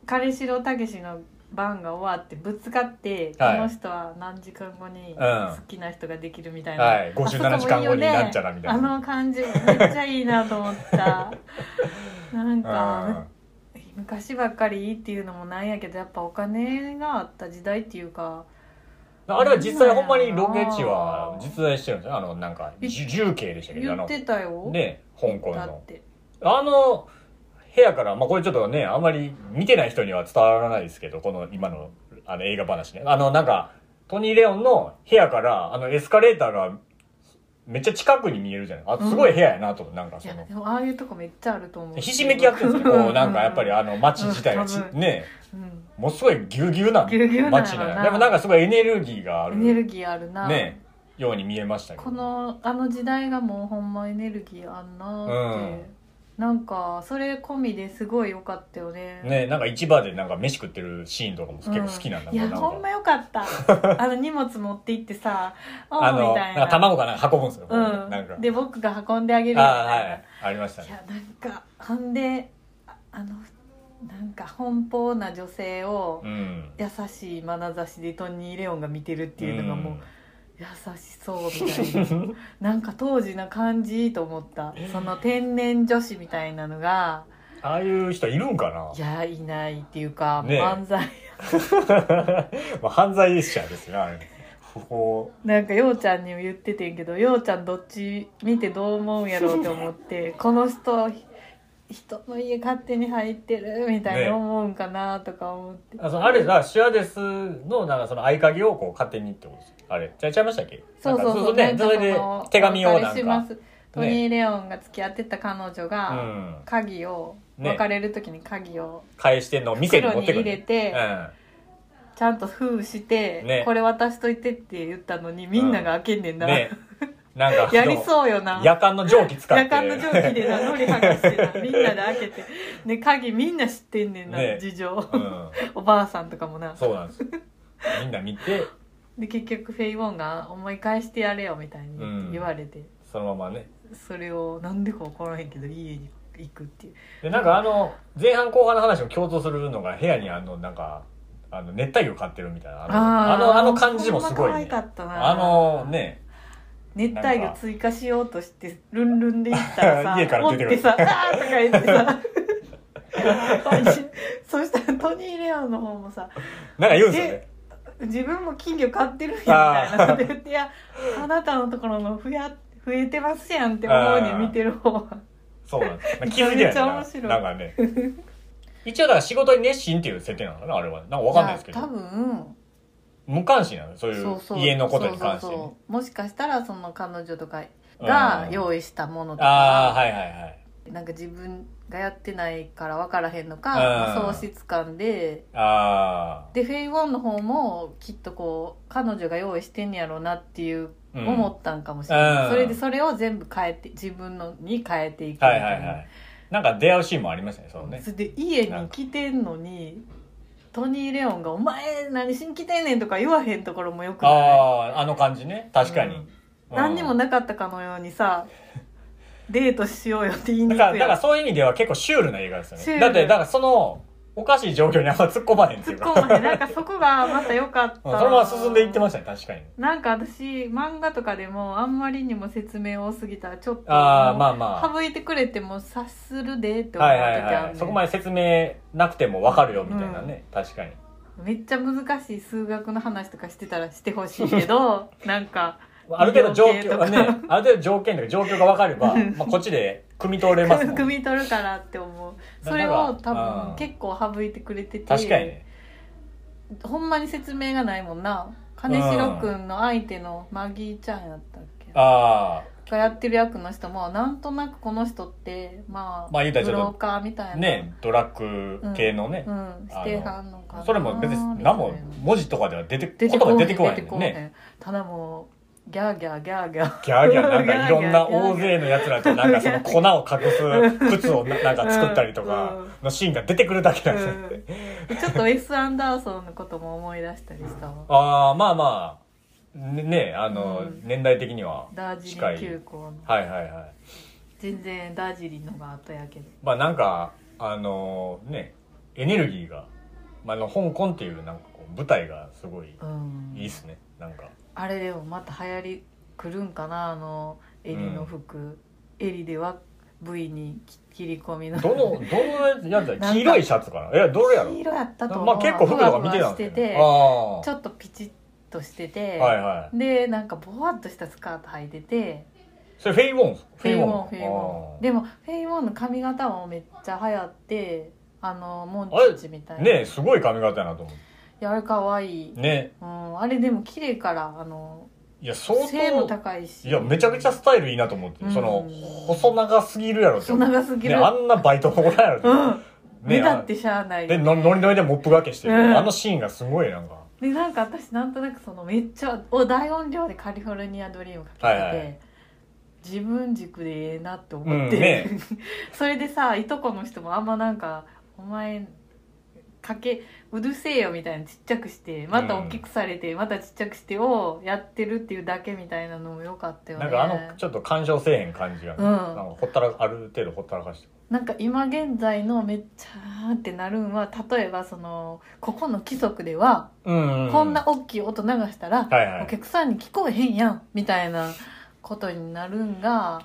Speaker 1: 彼城たけしの番が終わってぶつかって、
Speaker 2: はい
Speaker 1: この人は何時間後に
Speaker 2: うん
Speaker 1: 好きな人ができるみたいな、
Speaker 2: はい
Speaker 1: あそこも
Speaker 2: 57時間
Speaker 1: い
Speaker 2: 後に
Speaker 1: いよね
Speaker 2: なんちゃらみた
Speaker 1: あ
Speaker 2: いな
Speaker 1: の感じめっちゃいいなと思った なん
Speaker 2: うん
Speaker 1: か昔ばっかりいいっていうのもなんやけどやっぱお金があった時代っていうか
Speaker 2: あれは実際ほんまにロケ地は実在してるんですよあのなんか
Speaker 1: え
Speaker 2: じ重慶でしたけどあ
Speaker 1: 言っ
Speaker 2: の
Speaker 1: てたよ、
Speaker 2: ね香港
Speaker 1: だ
Speaker 2: の
Speaker 1: って
Speaker 2: あの部屋から、まあ、これちょっとねあんまり見てない人には伝わらないですけどこの今のあの映画話ねあのなんかトニー・レオンの部屋からあのエスカレーターがめっちゃ近くに見えるじゃないあすごい部屋やなと思って、なんか
Speaker 1: い
Speaker 2: そ
Speaker 1: や
Speaker 2: の
Speaker 1: でもああいうとこめっちゃあると思う
Speaker 2: ひしめき合ってるんですよこうなんかやっぱり
Speaker 1: あ、
Speaker 2: あの街自体がち
Speaker 1: うん多分
Speaker 2: ね
Speaker 1: うん
Speaker 2: もうすごいぎゅうぎゅうな
Speaker 1: ぎゅうぎゅうなんやろな
Speaker 2: 街なんやでもなんかすごいエネルギーがあ
Speaker 1: エネ
Speaker 2: る
Speaker 1: ルギーあるな、
Speaker 2: ねように見えましたけど
Speaker 1: このあの時代がもうほんまエネルギーあんなって、なんかそれ込みですごい良かったよね
Speaker 2: ねなんか市場でなんか飯食ってるシーンとかも結構好きなんだ
Speaker 1: い
Speaker 2: けど、
Speaker 1: や
Speaker 2: なん
Speaker 1: ほんま
Speaker 2: か
Speaker 1: よかった あの荷物持って行ってさ「お
Speaker 2: あ
Speaker 1: ー
Speaker 2: の
Speaker 1: みたい
Speaker 2: なん
Speaker 1: な
Speaker 2: か卵かなんか運ぶんですよ、
Speaker 1: うん、
Speaker 2: なんか
Speaker 1: で僕が運んであげるみ
Speaker 2: あ
Speaker 1: たいな
Speaker 2: あはいありました
Speaker 1: い
Speaker 2: ね
Speaker 1: やなんかほんでああのなんか奔放な女性を
Speaker 2: うん
Speaker 1: 優しい眼差しでトニー・レオンが見てるっていうのがもう、優しそうみたいななんか当時な感じと思ったその天然女子みたいなのが
Speaker 2: ああいう人いるんかない
Speaker 1: やいないっていうか、
Speaker 2: ねえ
Speaker 1: 漫才
Speaker 2: まあ犯罪者ですよねあれ不法
Speaker 1: なんかようちゃんにも言っててんけどようちゃんどっち見てどう思うんやろうと思って この人人の家勝手に入ってるみたい
Speaker 2: ねえ
Speaker 1: な思うんかなとか思って、
Speaker 2: あそのあれだシュアデスのなんかその合鍵をこう勝手にってことですあれちゃいちゃいましたっけ
Speaker 1: そうそうそう
Speaker 2: なんか
Speaker 1: なんかその
Speaker 2: そうねそれで手紙をな
Speaker 1: お
Speaker 2: ん
Speaker 1: 別れし
Speaker 2: か
Speaker 1: ますトニー・レオンが付き合ってた彼女
Speaker 2: う
Speaker 1: が
Speaker 2: ん
Speaker 1: 鍵を、
Speaker 2: ね
Speaker 1: 別れる時に鍵を
Speaker 2: 返してんのを店に
Speaker 1: 袋
Speaker 2: 持っ
Speaker 1: に
Speaker 2: てく
Speaker 1: 入
Speaker 2: る
Speaker 1: れて、
Speaker 2: うん
Speaker 1: ちゃんと封して、
Speaker 2: ね
Speaker 1: これ渡しといてって言ったのにみんなが開けんねんな、
Speaker 2: ねなん か
Speaker 1: やりそうよな
Speaker 2: 夜間の蒸気使って
Speaker 1: 夜間の蒸気で名乗り剥がして なみんなで開けてね鍵みんな知ってんねんな、
Speaker 2: ね
Speaker 1: 事情
Speaker 2: うん
Speaker 1: おばあさんとかもな
Speaker 2: そうなんですよみんな見て
Speaker 1: で結局フェイ・ウォンが「思い返してやれよ」みたいに
Speaker 2: うん
Speaker 1: 言われて、
Speaker 2: そのままね
Speaker 1: それをなんでか分からへんけど家に行くっていう
Speaker 2: でなんかあの前半後半の話も共通するのが部屋にあのなんかあの熱帯魚飼ってるみたいなあのあのあの感じもすご
Speaker 1: ほんま
Speaker 2: い、
Speaker 1: 可愛
Speaker 2: ね
Speaker 1: か、ったな
Speaker 2: あのね
Speaker 1: 熱帯魚追加しようとしてルンルンで行ったらさ
Speaker 2: 家から出てくる
Speaker 1: 持ってさ「あー」とか言ってさ そしたらトニー・レオンの方もさ
Speaker 2: なんか言うんですよね
Speaker 1: 「自分も金魚飼ってるんや」みたいな
Speaker 2: あー
Speaker 1: こと言って「いやあなたのところの増や増えてますやん」って思うね
Speaker 2: あー
Speaker 1: ん見てる方は
Speaker 2: そうなんです、まあ、気づいてない
Speaker 1: めっちゃ面白い
Speaker 2: ななんかね一応だから仕事に熱心っていう設定なのかなあれはなんかわかんないですけ
Speaker 1: や多
Speaker 2: ど
Speaker 1: 分
Speaker 2: 無関心なのそうい
Speaker 1: そう
Speaker 2: う
Speaker 1: そう
Speaker 2: 家のことに関して
Speaker 1: そう
Speaker 2: ね、
Speaker 1: そうそうもしかしたらその彼女とか
Speaker 2: う
Speaker 1: が
Speaker 2: ん
Speaker 1: 用意したものと
Speaker 2: ああ
Speaker 1: か
Speaker 2: はいはいはい
Speaker 1: なんか自分がやってないから分からへんの
Speaker 2: うん
Speaker 1: か喪失感で
Speaker 2: あ
Speaker 1: でフェイ・ウォンの方もきっとこう彼女が用意してんやろうなっていう
Speaker 2: あ、うん
Speaker 1: 思ったんかもしれない、
Speaker 2: うん
Speaker 1: それでそれを全部変えて自分のに変えていくみ
Speaker 2: は
Speaker 1: た
Speaker 2: い
Speaker 1: いな、
Speaker 2: はいはいなんか出会うシーンもありましたねそのね
Speaker 1: それで家に来てんのにトニー・レオンが「お前何しに来てんねん」とか言わへんところもよく
Speaker 2: あ
Speaker 1: ない
Speaker 2: ああの感じね確かに、
Speaker 1: うん
Speaker 2: うん
Speaker 1: 何にもなかったかのように さデートしようよって言いに
Speaker 2: だ
Speaker 1: 行
Speaker 2: から、
Speaker 1: く
Speaker 2: だ
Speaker 1: や
Speaker 2: から
Speaker 1: ん
Speaker 2: そういう意味では結構シュールな映画ですよ
Speaker 1: シュー
Speaker 2: ね。
Speaker 1: ル
Speaker 2: だって、だからその、おかしい状況にあんま突っ込まへんって
Speaker 1: 突
Speaker 2: い
Speaker 1: っ
Speaker 2: うか。
Speaker 1: 込まへんなんかそこがまた良かった、
Speaker 2: うんそのまま進んでいってましたね、確かに。
Speaker 1: なんか私漫画とかでもあんまりにも説明多すぎたらちょっと
Speaker 2: ああ、まあま
Speaker 1: 省いてくれても察するでって思
Speaker 2: あ。
Speaker 1: う時
Speaker 2: はい
Speaker 1: あ
Speaker 2: は
Speaker 1: る
Speaker 2: い
Speaker 1: ねん、
Speaker 2: はい。そこまで説明なくてもわかるよ、みたいなね。確かに。
Speaker 1: めっちゃ難しい数学の話とかしてたらしてほしいけ どなんか
Speaker 2: ある程度状
Speaker 1: 医療系と
Speaker 2: 況
Speaker 1: か
Speaker 2: ね、ある程度条件とか状況が分かれ ば、
Speaker 1: うん
Speaker 2: まあこっちで汲み取れま すもん
Speaker 1: 汲み取るからって思う
Speaker 2: だ
Speaker 1: それ
Speaker 2: な
Speaker 1: を
Speaker 2: んか
Speaker 1: 多
Speaker 2: うん
Speaker 1: 分結構省いてくれてて
Speaker 2: 確かにね。
Speaker 1: ほんまに説明がないもんな金城くんの相手のマギーちゃんやったっけ
Speaker 2: あ
Speaker 1: がやってる役の人もなんとなくこの人ってまあ、
Speaker 2: まあ言うたら
Speaker 1: ブ
Speaker 2: ちょっと
Speaker 1: ローカーみたい
Speaker 2: あ、
Speaker 1: な、
Speaker 2: ね、ドラッグ系のね
Speaker 1: う、ん、してはんのかな
Speaker 2: それも別に何も
Speaker 1: みたいな
Speaker 2: 文字とかでは出て、
Speaker 1: 出
Speaker 2: 言
Speaker 1: て
Speaker 2: 葉
Speaker 1: こう
Speaker 2: が
Speaker 1: へ
Speaker 2: 出
Speaker 1: ん
Speaker 2: て
Speaker 1: 出
Speaker 2: こない
Speaker 1: て
Speaker 2: も
Speaker 1: こ
Speaker 2: ん
Speaker 1: うへ
Speaker 2: ね。
Speaker 1: んただもうギャーギャーギャーギャー
Speaker 2: ギャーギャーなん
Speaker 1: ギャ
Speaker 2: か
Speaker 1: ーギャ
Speaker 2: いろ
Speaker 1: ー
Speaker 2: んな大勢のやつらとなんかその粉を隠す靴をなんか作ったりと
Speaker 1: う
Speaker 2: か
Speaker 1: ん
Speaker 2: のシーンが出てくるだけなんです よ。
Speaker 1: うん、ちょっとウェス・アンダーソンのことも思い出したりしたわ
Speaker 2: ああ、まあまあ、ねね、あの、
Speaker 1: うん
Speaker 2: 年代的には
Speaker 1: ダージ
Speaker 2: 近
Speaker 1: リン
Speaker 2: い。
Speaker 1: 急行の
Speaker 2: はいはいはい。
Speaker 1: 全然ダージリンのが後やけど
Speaker 2: まあなんか、あのね、エネルギーが、まあ、あの香港っていうなんかこう舞台がすごい
Speaker 1: うん
Speaker 2: いいっすね。なんか。
Speaker 1: あれでもまた流行りくるんかなあの襟の服、襟では V に切り込みの
Speaker 2: どの、どのやつだ黄色いシャツかないや、どれやろ
Speaker 1: 黄 色やったと思う
Speaker 2: まあ結構服とか見て
Speaker 1: ふ
Speaker 2: た
Speaker 1: わふわ
Speaker 2: んで
Speaker 1: して
Speaker 2: すけど、
Speaker 1: て
Speaker 2: ね。
Speaker 1: ち
Speaker 2: あ
Speaker 1: ょっとピチッとしてて、
Speaker 2: あ。はいはい。
Speaker 1: でなんかぼわっとしたスカート履いてて
Speaker 2: それフェイウォン
Speaker 1: フェイウォンフェイウォ
Speaker 2: あ
Speaker 1: ン
Speaker 2: ー
Speaker 1: でもフェイウォンの髪型もめっちゃ流行ってあのモンチッチみたいな
Speaker 2: ねすごい髪型やなと思
Speaker 1: いやあれかわいい、
Speaker 2: う。ね
Speaker 1: うん、あれでも綺麗からあの
Speaker 2: いや、相
Speaker 1: 背も
Speaker 2: 当、
Speaker 1: 高いし
Speaker 2: いや、めちゃくちゃスタイルいいなと思って、
Speaker 1: うん
Speaker 2: その、細長すぎるやろって
Speaker 1: 細
Speaker 2: 思う。
Speaker 1: 長すぎ
Speaker 2: ね、
Speaker 1: る、
Speaker 2: あんなバイトもらやろって
Speaker 1: う
Speaker 2: 思う。
Speaker 1: ん目だってしゃあない
Speaker 2: あ
Speaker 1: よ
Speaker 2: で、
Speaker 1: ね
Speaker 2: のノリノリでモップがけしてる。
Speaker 1: うん
Speaker 2: あのシーンがすごいなんか。
Speaker 1: でなんか私なんとなくそのめっちゃお大音量で「カリフォルニア・ドリーム」かけてて、
Speaker 2: はいはい
Speaker 1: 自分軸でええなって思って、
Speaker 2: うんね
Speaker 1: それでさいとこの人もあんまなんか「お前かけうるせえよ」みたいなちっちゃくしてまた大きくされて、またちっちゃくしてをやってるっていうだけみたいなのも良かったよね
Speaker 2: なんかあの、ちょっと干渉せえへん感じが、
Speaker 1: うん
Speaker 2: なんかほったら、ある程度ほったらかしてる。
Speaker 1: なんか今現在のめっちゃーってなるんは例えばそのここの貴族では
Speaker 2: うん、うん。
Speaker 1: こんな、大きい音流したら、
Speaker 2: はいはい
Speaker 1: お客さんに聞こえへんやんみたいなことになるん が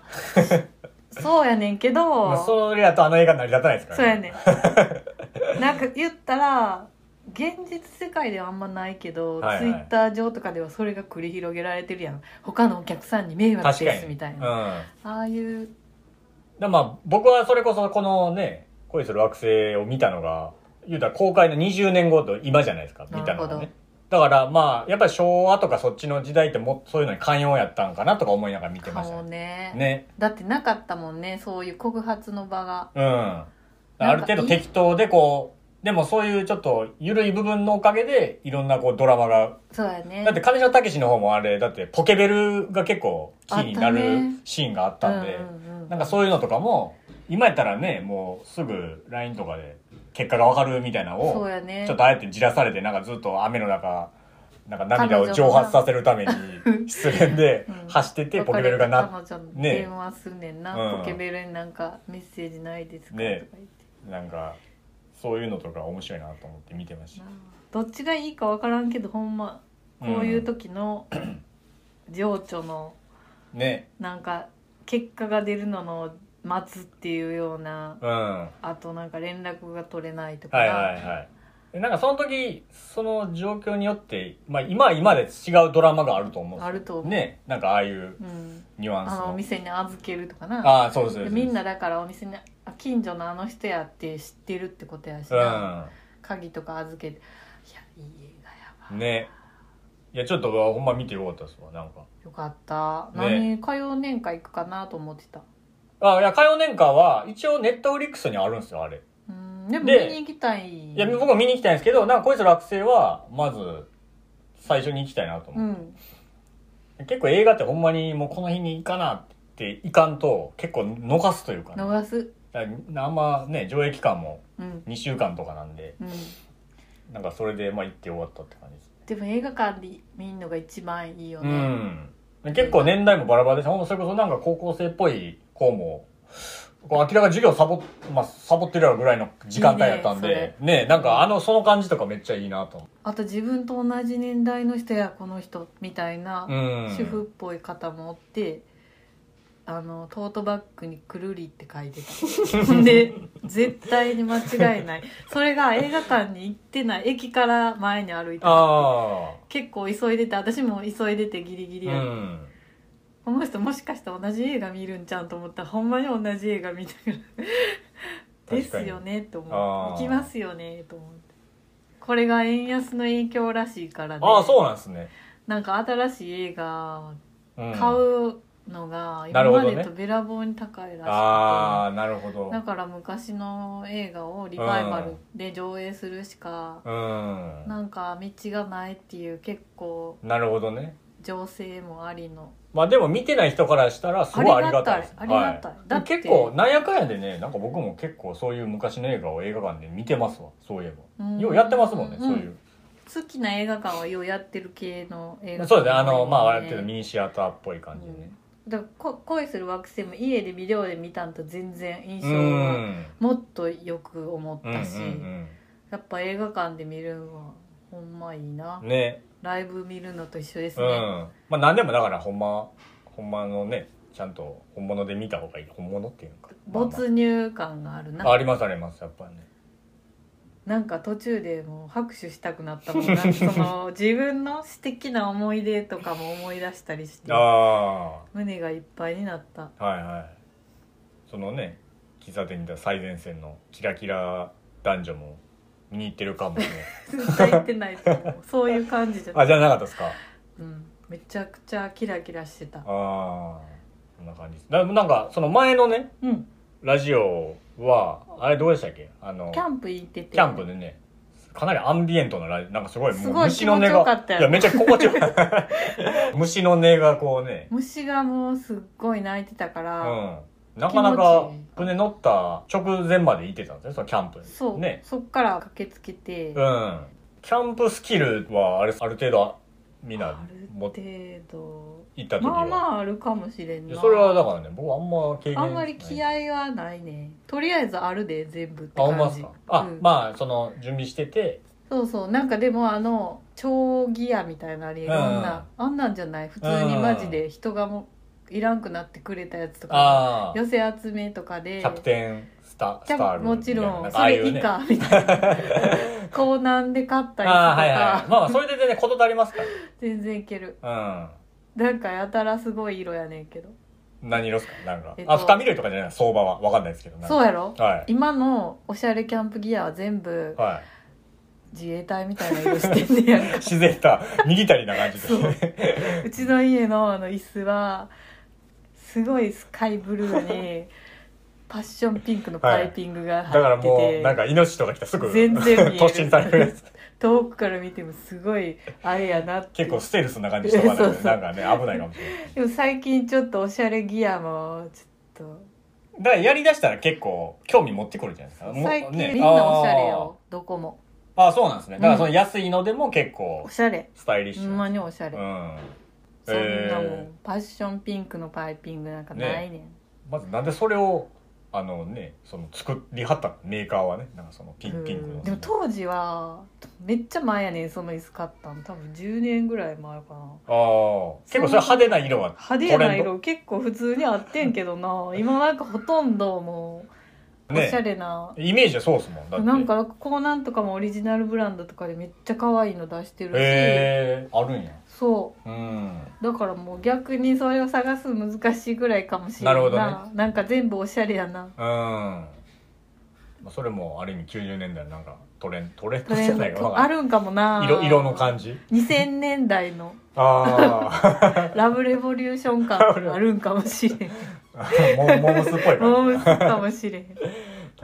Speaker 1: そうやねんけど、
Speaker 2: まあ、それやとあの映画成り立たないですから
Speaker 1: そうやねんなんか言ったら現実世界ではあんまないけど、
Speaker 2: はいはい
Speaker 1: ツイッター上とかではそれが繰り広げられてるやん他のお客さんに迷惑
Speaker 2: 確か
Speaker 1: です
Speaker 2: に。
Speaker 1: みたいな、
Speaker 2: うん。
Speaker 1: ああいう
Speaker 2: でまあ僕はそれこそこのね恋する惑星を見たのが言うたら公開の20年後と今じゃないですか見たの
Speaker 1: な
Speaker 2: が
Speaker 1: るほ
Speaker 2: ねだからまあやっぱり昭和とかそっちの時代ってもそういうのに寛容やったんかなとか思いながら見てました
Speaker 1: 顔
Speaker 2: ね
Speaker 1: ね
Speaker 2: ね
Speaker 1: だってなかったもんねそういう告発の場が
Speaker 2: うんある程度適当でこうでもそういうちょっと緩い部分のおかげでいろんなこうドラマが
Speaker 1: そうやね
Speaker 2: だって上条武の方もあれだってポケベルが結構キーにな
Speaker 1: あった
Speaker 2: る
Speaker 1: ね
Speaker 2: シーンがあったんで、
Speaker 1: うんうん
Speaker 2: なんかそういうのとかも、今やったらね、もうすぐ LINE とかで結果がわかるみたいなの
Speaker 1: そう
Speaker 2: を、
Speaker 1: やね
Speaker 2: ちょっとあえてじらされて、なんかずっと雨の中、なんか涙を蒸発させるために、失恋で
Speaker 1: うん
Speaker 2: 走ってて、ポケベルがな、
Speaker 1: 彼女の
Speaker 2: ね
Speaker 1: 電話すんねんな、
Speaker 2: うん
Speaker 1: ポケベルになんかメッセージないですか、
Speaker 2: ね
Speaker 1: とか言って
Speaker 2: なんか、そういうのとか面白いなと思って見てまし
Speaker 1: なあどっちがいいか分からんけどほんま
Speaker 2: た。
Speaker 1: こういう
Speaker 2: と、
Speaker 1: 時の情緒の
Speaker 2: ね、
Speaker 1: なんか結果が出るのの待つっていうような
Speaker 2: うん。は
Speaker 1: あとなんか連絡が取れないと
Speaker 2: い
Speaker 1: か、
Speaker 2: はいはい。でなんかその時、その状況によって、まあ今は今で違うドラマがあると思うんですよ
Speaker 1: あると思う
Speaker 2: ね、なんかああいう
Speaker 1: うん、
Speaker 2: ニュアンス
Speaker 1: あのお
Speaker 2: の。
Speaker 1: 店に預けるとかな
Speaker 2: ああ、そうですそう
Speaker 1: で
Speaker 2: です。
Speaker 1: みんなだからお店にあ近所のあの人やって知ってるってことやしな、
Speaker 2: うん。
Speaker 1: 鍵とか預けていやいい映画やわ
Speaker 2: ねいやちょっとほんま見てよかったっすわなんか
Speaker 1: よかった
Speaker 2: ね
Speaker 1: 何火曜年間行くかなと思ってた
Speaker 2: あいや火曜年間は一応ネットフリックスにあるんですよあれ
Speaker 1: うんでも見
Speaker 2: で
Speaker 1: に行きたい
Speaker 2: いや僕も見に行きたいんですけどなんかこいつ落成はまず最初に行きたいなと
Speaker 1: う
Speaker 2: 思っ
Speaker 1: ん
Speaker 2: て、結構映画ってほんまにもうこの日に行かなっていかんと結構逃すというか,、ね、
Speaker 1: 逃す
Speaker 2: だからあんまね上映期間も
Speaker 1: うん
Speaker 2: 2週間とかなんで
Speaker 1: うん
Speaker 2: なんかそれでまあ行って終わったって感じです
Speaker 1: でも映画館で見るのが一番いいよ
Speaker 2: う
Speaker 1: ね
Speaker 2: ん結構年代もバラバラでしたほんまそれこそなんか高校生っぽい子もこう明らかに授業サボ,、まあ、サボってるやろぐらいの時間帯やったん
Speaker 1: いいね
Speaker 2: でねなんかあのその感じとかめっちゃいいなと思
Speaker 1: あと自分と同じ年代の人やこの人みたいな
Speaker 2: う、うん、
Speaker 1: 主婦っぽい方もおってあのトートバッグに「くるり」って書いてた で絶対に間違いないそれが映画館に行ってない駅から前に歩いてた
Speaker 2: あ
Speaker 1: 結構急いでて私も急いでてギリギ
Speaker 2: ー
Speaker 1: リ
Speaker 2: う
Speaker 1: やった
Speaker 2: ん
Speaker 1: この人もしかして同じ映画見るんちゃうんと思ったらほんまに同じ映画見た からですよねと思
Speaker 2: あー
Speaker 1: う行きますよねと思ってこれが円安の影響らしいからね
Speaker 2: ああそうなんですね、
Speaker 1: なんか新しい映画
Speaker 2: うん、
Speaker 1: 買うのが
Speaker 2: な
Speaker 1: 今
Speaker 2: るほ
Speaker 1: ま
Speaker 2: どね
Speaker 1: でとべらぼうに高いらしくて、
Speaker 2: ああなるほど
Speaker 1: だから昔の映画をリバイバルで上映するしか、
Speaker 2: うん
Speaker 1: なんか道がないっていう結構
Speaker 2: なるほどね
Speaker 1: 情勢もありの
Speaker 2: まあでも見てない人からしたらすごいありがたいです
Speaker 1: ありがたいありがたい
Speaker 2: は
Speaker 1: だって
Speaker 2: 結構なんやかんやでねなんか僕も結構そういう昔の映画を映画館で見てますわそういえば、
Speaker 1: うん
Speaker 2: ようやってますもんね、
Speaker 1: うん
Speaker 2: そういう
Speaker 1: 好きな映画館はようやってる系の映画館
Speaker 2: そうですねあのまあ
Speaker 1: 多い
Speaker 2: 割
Speaker 1: ね
Speaker 2: とミニシアターっぽい感じでね
Speaker 1: だからこ恋する惑星も家でビデオで見たんと全然印
Speaker 2: う
Speaker 1: 象は
Speaker 2: ん
Speaker 1: もっとよく思
Speaker 2: うん
Speaker 1: ったし、
Speaker 2: うん
Speaker 1: やっぱ映画館で見るのはほんまいいな、
Speaker 2: うんね
Speaker 1: ライブ見るのと一緒です
Speaker 2: うん
Speaker 1: ね、
Speaker 2: まあ何でもだからほんまほんまのねちゃんと本物で見た方がいい本物っていうのか
Speaker 1: 没入感がある
Speaker 2: まあ
Speaker 1: な
Speaker 2: まあありますありますやっぱりね
Speaker 1: なんか途中でもう拍手したくなったもんなんか その自分の素敵な思い出とかも思い出したりして
Speaker 2: あ
Speaker 1: 胸がいっぱいになった
Speaker 2: あはいはいそのね喫茶店にいた最前線のキラキラ男女も見に行ってるかも ね
Speaker 1: 絶対言ってないと思うそういう感じじゃな
Speaker 2: あ
Speaker 1: い、
Speaker 2: じゃなかったですか
Speaker 1: うん、めちゃくちゃキラキラしてた
Speaker 2: ああこんな感じですななんかその前のね
Speaker 1: うん
Speaker 2: ラジオはあれどうでしたっけあの
Speaker 1: キャンプ行ってて
Speaker 2: キャンプでねかなりアンビエントなラジなんかすごい
Speaker 1: す
Speaker 2: もう
Speaker 1: ごい
Speaker 2: 虫の音
Speaker 1: 気持ちよかっ
Speaker 2: が
Speaker 1: たよ
Speaker 2: いやめっちゃ心地よかった 虫の音がこうね、
Speaker 1: 虫がもうすっごい泣いてたか
Speaker 2: う
Speaker 1: ら、
Speaker 2: ん、なかな
Speaker 1: 気
Speaker 2: か
Speaker 1: 持ちいい
Speaker 2: 船乗った直前まで行ってたんですねそのキャンプに
Speaker 1: そう、
Speaker 2: ね
Speaker 1: そっから駆けつけて、
Speaker 2: うんキャンプスキルはあれある程度みんな
Speaker 1: ある
Speaker 2: 持っ
Speaker 1: 程
Speaker 2: て
Speaker 1: 度
Speaker 2: 行った時
Speaker 1: まあ
Speaker 2: は、
Speaker 1: まああるかもしれん
Speaker 2: いや
Speaker 1: な
Speaker 2: それはだからね僕あんま経験
Speaker 1: あんまり気
Speaker 2: ない
Speaker 1: 合はないねとりあえずあるで全部って
Speaker 2: あほんま
Speaker 1: 感
Speaker 2: っす
Speaker 1: じ
Speaker 2: かあ、
Speaker 1: うん
Speaker 2: まあその準備してて
Speaker 1: そうそうなんかでもあの超ギアみたいなあれいろんな、あんなんじゃない普通にマジで人がもういらんくなってくれたやつとか
Speaker 2: ああ
Speaker 1: 寄せ集めとかで
Speaker 2: キャプテンスタス
Speaker 1: キ
Speaker 2: タ
Speaker 1: ャ
Speaker 2: ール
Speaker 1: もちろ
Speaker 2: み
Speaker 1: ん
Speaker 2: たいななんかあ
Speaker 1: そ
Speaker 2: あい
Speaker 1: れ以下み
Speaker 2: うね
Speaker 1: たいな コーナーで勝ったりと
Speaker 2: ああはいはい
Speaker 1: か、
Speaker 2: まあまあそれで全然事足りますか
Speaker 1: 全然いける
Speaker 2: ら
Speaker 1: なんかやたらすごい色やねんけど
Speaker 2: うん何色っすかなんか、
Speaker 1: えっと
Speaker 2: あ二見るとかじゃない相場はわかんないですけどなんか
Speaker 1: そうやろ
Speaker 2: はい
Speaker 1: 今のおしゃれキャンプギアは全部
Speaker 2: は
Speaker 1: 自衛隊みたいな色してんねやん
Speaker 2: い
Speaker 1: か
Speaker 2: 自然たミリタリーな感じですね
Speaker 1: うちの家のあの椅子はすごいスカイブルーにパッションピンクのパイピングが
Speaker 2: だから
Speaker 1: 入ってて、
Speaker 2: もうなんか命とか来たらすぐ
Speaker 1: 全然見える
Speaker 2: 突進されるやつ
Speaker 1: 遠くから見てもすごいあれやなって
Speaker 2: 結構ステルスな感じしてもらわないと
Speaker 1: そうそう
Speaker 2: なんかね危ないかもしれない
Speaker 1: でも最近ちょっとおしゃれギアもちょっと
Speaker 2: だからやりだしたら結構興味持ってくるじゃないですかもう
Speaker 1: 最近
Speaker 2: ね
Speaker 1: みんなおしゃれよどこも
Speaker 2: あーあーそうなんですねだからその安いのでも結
Speaker 1: お
Speaker 2: 構
Speaker 1: しゃれ
Speaker 2: スタイリッシ
Speaker 1: ほ
Speaker 2: ュ
Speaker 1: んまにおしゃれ、
Speaker 2: うん
Speaker 1: そんなもん、
Speaker 2: え
Speaker 1: パッションピンクのパイピングなんかないねん
Speaker 2: ーまずなんでそれをあのねその作りはったのメーカーはねなんかそのピンピンク
Speaker 1: う
Speaker 2: の
Speaker 1: んでも当時はめっちゃ前やねんその椅子買ったの多分10年ぐらい前かな
Speaker 2: ああ結構それ派手な色は
Speaker 1: 派手やな色結構普通にあってんけど な今なんかほとんどもうお
Speaker 2: ね
Speaker 1: しゃれな、
Speaker 2: イメージはそうですもんだって
Speaker 1: なんかコーナンとかもオリジナルブランドとかでめっちゃ可愛いの出してるし、
Speaker 2: へえあるんや
Speaker 1: そう
Speaker 2: うん
Speaker 1: だからもう逆にそれを探すの難しいぐらいかもしれない
Speaker 2: なるほ
Speaker 1: な
Speaker 2: ど
Speaker 1: なんか全部おしゃれやな
Speaker 2: うん、まあ、それもある意味90年代のなんかトレントレン
Speaker 1: ト
Speaker 2: ド
Speaker 1: レ
Speaker 2: じゃ
Speaker 1: ン
Speaker 2: ないか
Speaker 1: ド
Speaker 2: わ
Speaker 1: と
Speaker 2: か
Speaker 1: あ
Speaker 2: んない
Speaker 1: るんかもな
Speaker 2: 色色の感じ
Speaker 1: 2000年代の
Speaker 2: あ
Speaker 1: ラブレボリューション 感があるんかもしれん
Speaker 2: あモモームスっ ぽい
Speaker 1: モーム
Speaker 2: 感
Speaker 1: スかもしれん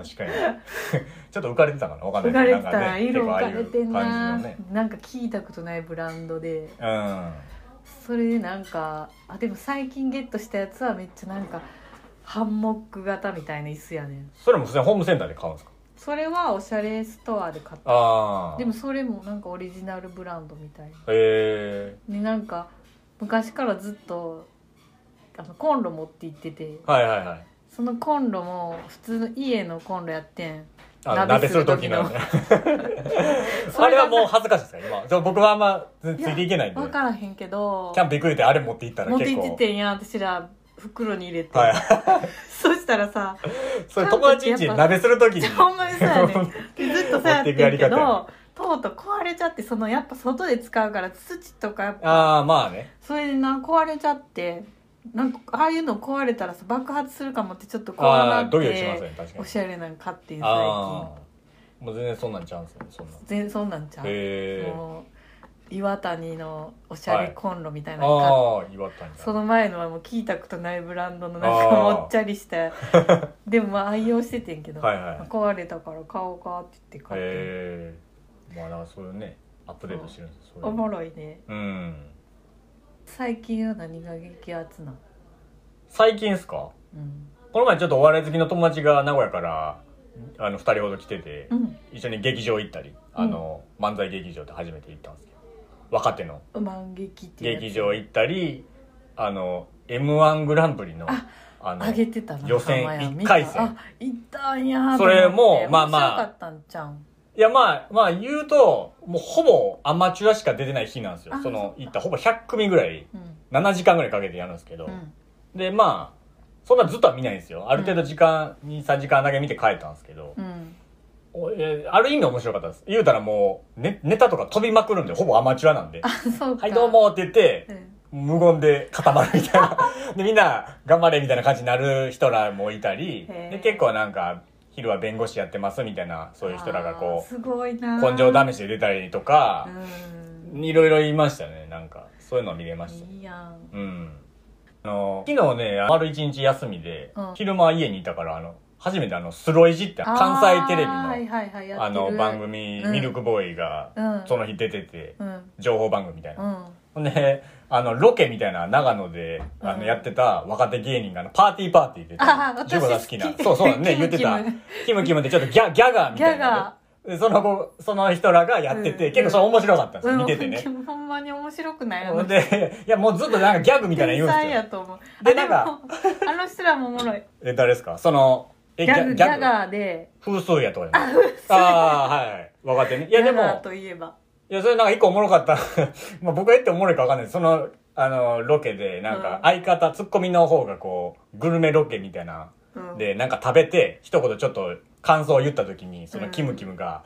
Speaker 2: じ確かに ちょっと浮かれてたかなわか
Speaker 1: 浮
Speaker 2: んな
Speaker 1: か
Speaker 2: い
Speaker 1: れ
Speaker 2: けど
Speaker 1: てたら色
Speaker 2: ね
Speaker 1: 浮かれてん
Speaker 2: 結構ああ
Speaker 1: な、
Speaker 2: いう感じのね
Speaker 1: なんか聞いたことないブランドで
Speaker 2: うん
Speaker 1: それでなんかあでも最近ゲットしたやつはめっちゃなんかハンモック型みたいな椅子やねん
Speaker 2: それも普通にホームセンターで買うんですか
Speaker 1: それはおしゃれストアで買った
Speaker 2: ああ
Speaker 1: でもそれもなんかオリジナルブランドみたいな
Speaker 2: へえ
Speaker 1: でなんか昔からずっとあのコンロ持って行ってて
Speaker 2: はいはいはい
Speaker 1: そのコンロも普通の家のコンロやってん
Speaker 2: あの
Speaker 1: 鍋
Speaker 2: 鍋
Speaker 1: す
Speaker 2: す
Speaker 1: る
Speaker 2: る
Speaker 1: 時
Speaker 2: 時
Speaker 1: の
Speaker 2: の
Speaker 1: そ
Speaker 2: あ
Speaker 1: れ
Speaker 2: れ
Speaker 1: が
Speaker 2: はもう恥ずかしいですか今そう僕はあんまつついていけないんで
Speaker 1: 分からへんけど
Speaker 2: キャンプ行くってあれ持って行ったら
Speaker 1: 持って
Speaker 2: 結
Speaker 1: 行っ
Speaker 2: 構
Speaker 1: ててんや私ら袋に入れて、
Speaker 2: はい。
Speaker 1: そしたらさ
Speaker 2: それ友達んちに鍋するときに。
Speaker 1: ほんまにそうやね でずっとそうやってる
Speaker 2: 持って
Speaker 1: け
Speaker 2: くや
Speaker 1: どとうとう壊れちゃってそのやっぱ外で使うから土とかやっぱ
Speaker 2: ああ、まあね。
Speaker 1: それでな壊れちゃってなんかああいうの壊れたらさ爆発するかもってちょっと怖な
Speaker 2: ああ、
Speaker 1: っ
Speaker 2: ドキドキします
Speaker 1: て、
Speaker 2: ね、確か
Speaker 1: お
Speaker 2: に。
Speaker 1: しゃれなん買ってん最近
Speaker 2: ああ。もう全然そんなんちゃうんすね、そんなん。
Speaker 1: 全そんなんちゃう、
Speaker 2: へえ。
Speaker 1: もう岩谷のおしゃれコンロみたいなの買って
Speaker 2: ああ、岩谷
Speaker 1: そ
Speaker 2: さん。
Speaker 1: の前のはもう聞いたことないブランドのなん
Speaker 2: あ
Speaker 1: か
Speaker 2: ー
Speaker 1: もっちゃりした でもまあ愛用しててんけど、
Speaker 2: はいはい。
Speaker 1: 壊れたから買おうかって言って買ってる
Speaker 2: へえ。まあ、だからそういうね、アップデートしてるんですそういう
Speaker 1: おもろいね
Speaker 2: うん。
Speaker 1: 最近は何が激アツなの、
Speaker 2: 最近っすか
Speaker 1: うん
Speaker 2: この前ちょっとお笑い好きの友達が名古屋から、あの、二人ほど来てて
Speaker 1: う、ん
Speaker 2: 一緒に劇場行ったり、あの、漫才劇場って初めて行ったんですけど、若手の。
Speaker 1: 満劇っていうやつ
Speaker 2: 劇場行ったりあの m 1グランプリの
Speaker 1: あ
Speaker 2: あの
Speaker 1: 上げてたな
Speaker 2: 予
Speaker 1: 名
Speaker 2: 選
Speaker 1: 前は
Speaker 2: 一回戦
Speaker 1: 見たあ行ったんやー
Speaker 2: それも
Speaker 1: と思って
Speaker 2: まあまあ
Speaker 1: 面白かったんちゃうん
Speaker 2: いやまあまあ言うともうほぼアマチュアしか出てない日なんですよ
Speaker 1: あ
Speaker 2: そ
Speaker 1: そっ
Speaker 2: の
Speaker 1: か
Speaker 2: 行ったほぼ100組ぐらい
Speaker 1: うん
Speaker 2: 7時間ぐらいかけてやるんですけど、
Speaker 1: うん
Speaker 2: でまあそんなずっとは見ないんですよある程度時間、23時間だけ見て帰ったんですけど、
Speaker 1: うん
Speaker 2: おえーある意味面白かったです言うたらもう、ね、ネタとか飛びまくるんでほぼアマチュアなんで「
Speaker 1: あそうか
Speaker 2: はいどう、も」って言って
Speaker 1: うん
Speaker 2: 無言で固まるみたい なでみんな頑張れみたいな感じになる人らもいたり
Speaker 1: へー
Speaker 2: で結構なんか昼は弁護士やってますみたいなそういう人らがこ
Speaker 1: あーすごいうなー
Speaker 2: 根性試しで出たりとか
Speaker 1: うん
Speaker 2: いろいろいましたねなんかそういうの見れました
Speaker 1: いいやん
Speaker 2: うんあの昨日ね丸一日休みで、
Speaker 1: うん
Speaker 2: 昼間は家にいたからあの初めてあのスロイジって関西テレビの
Speaker 1: あー
Speaker 2: あ,、
Speaker 1: はいはいはいやってる
Speaker 2: の番組、
Speaker 1: うん
Speaker 2: ミルクボーイが
Speaker 1: うん
Speaker 2: その日出てて、
Speaker 1: うん
Speaker 2: 情報番組みたいな
Speaker 1: う、ん
Speaker 2: ほんで、あの、ロケみたいな、長野で、あ
Speaker 1: う
Speaker 2: の、
Speaker 1: ん
Speaker 2: やってた若手芸人が、あの、パーティーパーティーで、
Speaker 1: あー
Speaker 2: ジムが好きな
Speaker 1: 私好。き
Speaker 2: そうそうね、
Speaker 1: キム
Speaker 2: 言ってた
Speaker 1: キム。
Speaker 2: キムキムってちょっとギャ、ギャガーみ
Speaker 1: ギ
Speaker 2: た
Speaker 1: ャ
Speaker 2: いな
Speaker 1: ガ
Speaker 2: ね。でその後、その人らがやってて、
Speaker 1: うん
Speaker 2: 結構それ面白かったんです
Speaker 1: ー
Speaker 2: よ、見ててね。
Speaker 1: うんほんまに面白くないあ
Speaker 2: ほ
Speaker 1: の
Speaker 2: んで、いや、もうずっとなんかギャグみたいなの言
Speaker 1: 天
Speaker 2: うん
Speaker 1: 才
Speaker 2: ですよ
Speaker 1: や。と思うあ
Speaker 2: で
Speaker 1: で
Speaker 2: なん
Speaker 1: も
Speaker 2: か
Speaker 1: あの人らもおもろい
Speaker 2: え、誰ですかその、え
Speaker 1: ギャグギャガーで
Speaker 2: 風数やとかじゃないああー、はい。若手ね。い
Speaker 1: ギ
Speaker 2: や、で
Speaker 1: ャ
Speaker 2: も、
Speaker 1: ガーといえば
Speaker 2: いや、それなんか一個おもろかった。 まあ僕が言っておもろいかわかんないです。その、あの、ロケで、なん
Speaker 1: う
Speaker 2: か
Speaker 1: ん
Speaker 2: 相方、ツッコミの方がこう、グルメロケみたいな、
Speaker 1: うん
Speaker 2: で、なんか食べて、一言ちょっと感想を言った時に、その
Speaker 1: うん
Speaker 2: キムキムが、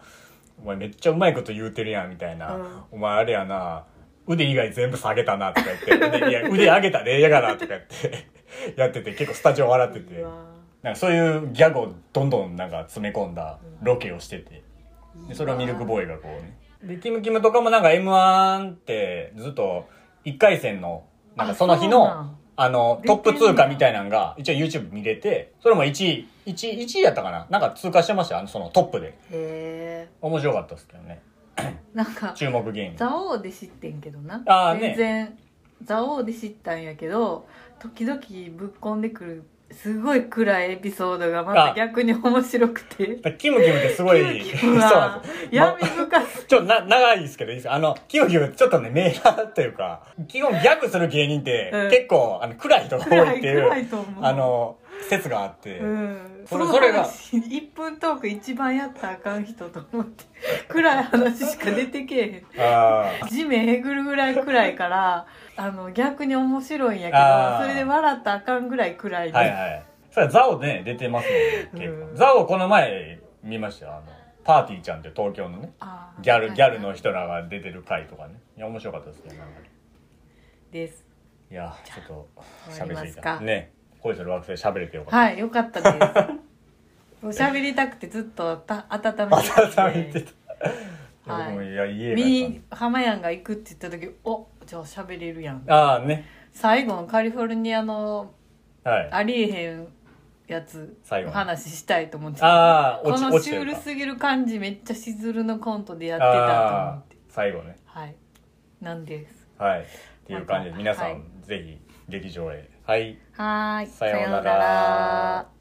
Speaker 2: お前めっちゃうまいこと言うてるやん、みたいな。
Speaker 1: うん
Speaker 2: お前あれやな、腕以外全部下げたな、とか言って、腕いや腕上げたで、ええやから、とか言って、 やってて、結構スタジオ笑って
Speaker 1: いい
Speaker 2: て、
Speaker 1: わ
Speaker 2: なんかそういうギャグをどんどんなんか詰め込んだロケをしてて。
Speaker 1: いい
Speaker 2: で
Speaker 1: わ
Speaker 2: それをミルクボーイがこうねでキムキムとかもなんか m 1ってずっと1回戦のなんかその日
Speaker 1: あそうな
Speaker 2: の
Speaker 1: ん
Speaker 2: あのトップ通過みたいなのが一応 YouTube 見れてそれも1位1位1位やったかななんか通過してましたよあのそのトップで
Speaker 1: へえ
Speaker 2: 面白かったですけどね
Speaker 1: なんか
Speaker 2: 注目芸人
Speaker 1: 蔵王で知ってんけどな
Speaker 2: あーね
Speaker 1: 全然蔵王で知ったんやけど時々ぶっこんでくるすごい暗いエピソードがま
Speaker 2: あ
Speaker 1: た逆に面白くて
Speaker 2: キムキムってすごい
Speaker 1: キムキ
Speaker 2: そう
Speaker 1: ム
Speaker 2: なん
Speaker 1: は
Speaker 2: ですよ
Speaker 1: 闇深す
Speaker 2: ちょっとな、長いですけどいいですかあの、キムキムちょっとね、メーラーというか、基本ギャグする芸人って、
Speaker 1: うん
Speaker 2: 結構、あの、暗い人が多いっていう、
Speaker 1: 暗いと思う
Speaker 2: あの、説があって、
Speaker 1: うん
Speaker 2: そ
Speaker 1: そ
Speaker 2: れ
Speaker 1: の
Speaker 2: それが
Speaker 1: 話1分トーク一番やったらあかん人と思って暗い話しか出てけえ
Speaker 2: あ
Speaker 1: へん地面えぐるぐらい暗いからあの逆に面白いんや
Speaker 2: あ
Speaker 1: けど
Speaker 2: ー
Speaker 1: それで笑ったらあかんぐらい暗い
Speaker 2: はい
Speaker 1: ね
Speaker 2: はい。それザオね、出てますもんね、結
Speaker 1: う
Speaker 2: 構。
Speaker 1: ん
Speaker 2: ザオこの前見ましたよ。あの、パーティーちゃんって東京のね、
Speaker 1: あー
Speaker 2: ギャル、ギャルの
Speaker 1: はい
Speaker 2: 人らが出てる回とかね。いや、面白かったですけど、なんかね
Speaker 1: です
Speaker 2: いや、ちょっと、
Speaker 1: 終わり
Speaker 2: 喋
Speaker 1: ま
Speaker 2: り
Speaker 1: す
Speaker 2: すぎ
Speaker 1: か
Speaker 2: た。ね。恋する惑星喋れてよかっ
Speaker 1: はいよかった ですおしゃべりたくてずっとた温めて
Speaker 2: た。
Speaker 1: た
Speaker 2: また
Speaker 1: んで
Speaker 2: 見てた。
Speaker 1: はい
Speaker 2: 僕もいや、家
Speaker 1: 見
Speaker 2: が
Speaker 1: に浜やんが行くって言った時おじゃあしゃべれるやん。
Speaker 2: ああー、ね。
Speaker 1: 最後のカリフォルニアの
Speaker 2: はい。
Speaker 1: ありえへんやつ
Speaker 2: 最後の
Speaker 1: 話したいと思って
Speaker 2: ああ、
Speaker 1: こ
Speaker 2: 落ち、
Speaker 1: の
Speaker 2: 落
Speaker 1: シ
Speaker 2: ち
Speaker 1: ュール
Speaker 2: てるか。
Speaker 1: すぎる感じめっちゃしずるのコントでやってたと思
Speaker 2: あ
Speaker 1: って
Speaker 2: あ、最後ね。
Speaker 1: はいなんです
Speaker 2: はい。っていう感じで、皆さ
Speaker 1: はい
Speaker 2: ん、ぜひ、劇場へ。はい。
Speaker 1: はーい
Speaker 2: さようなら
Speaker 1: さようなら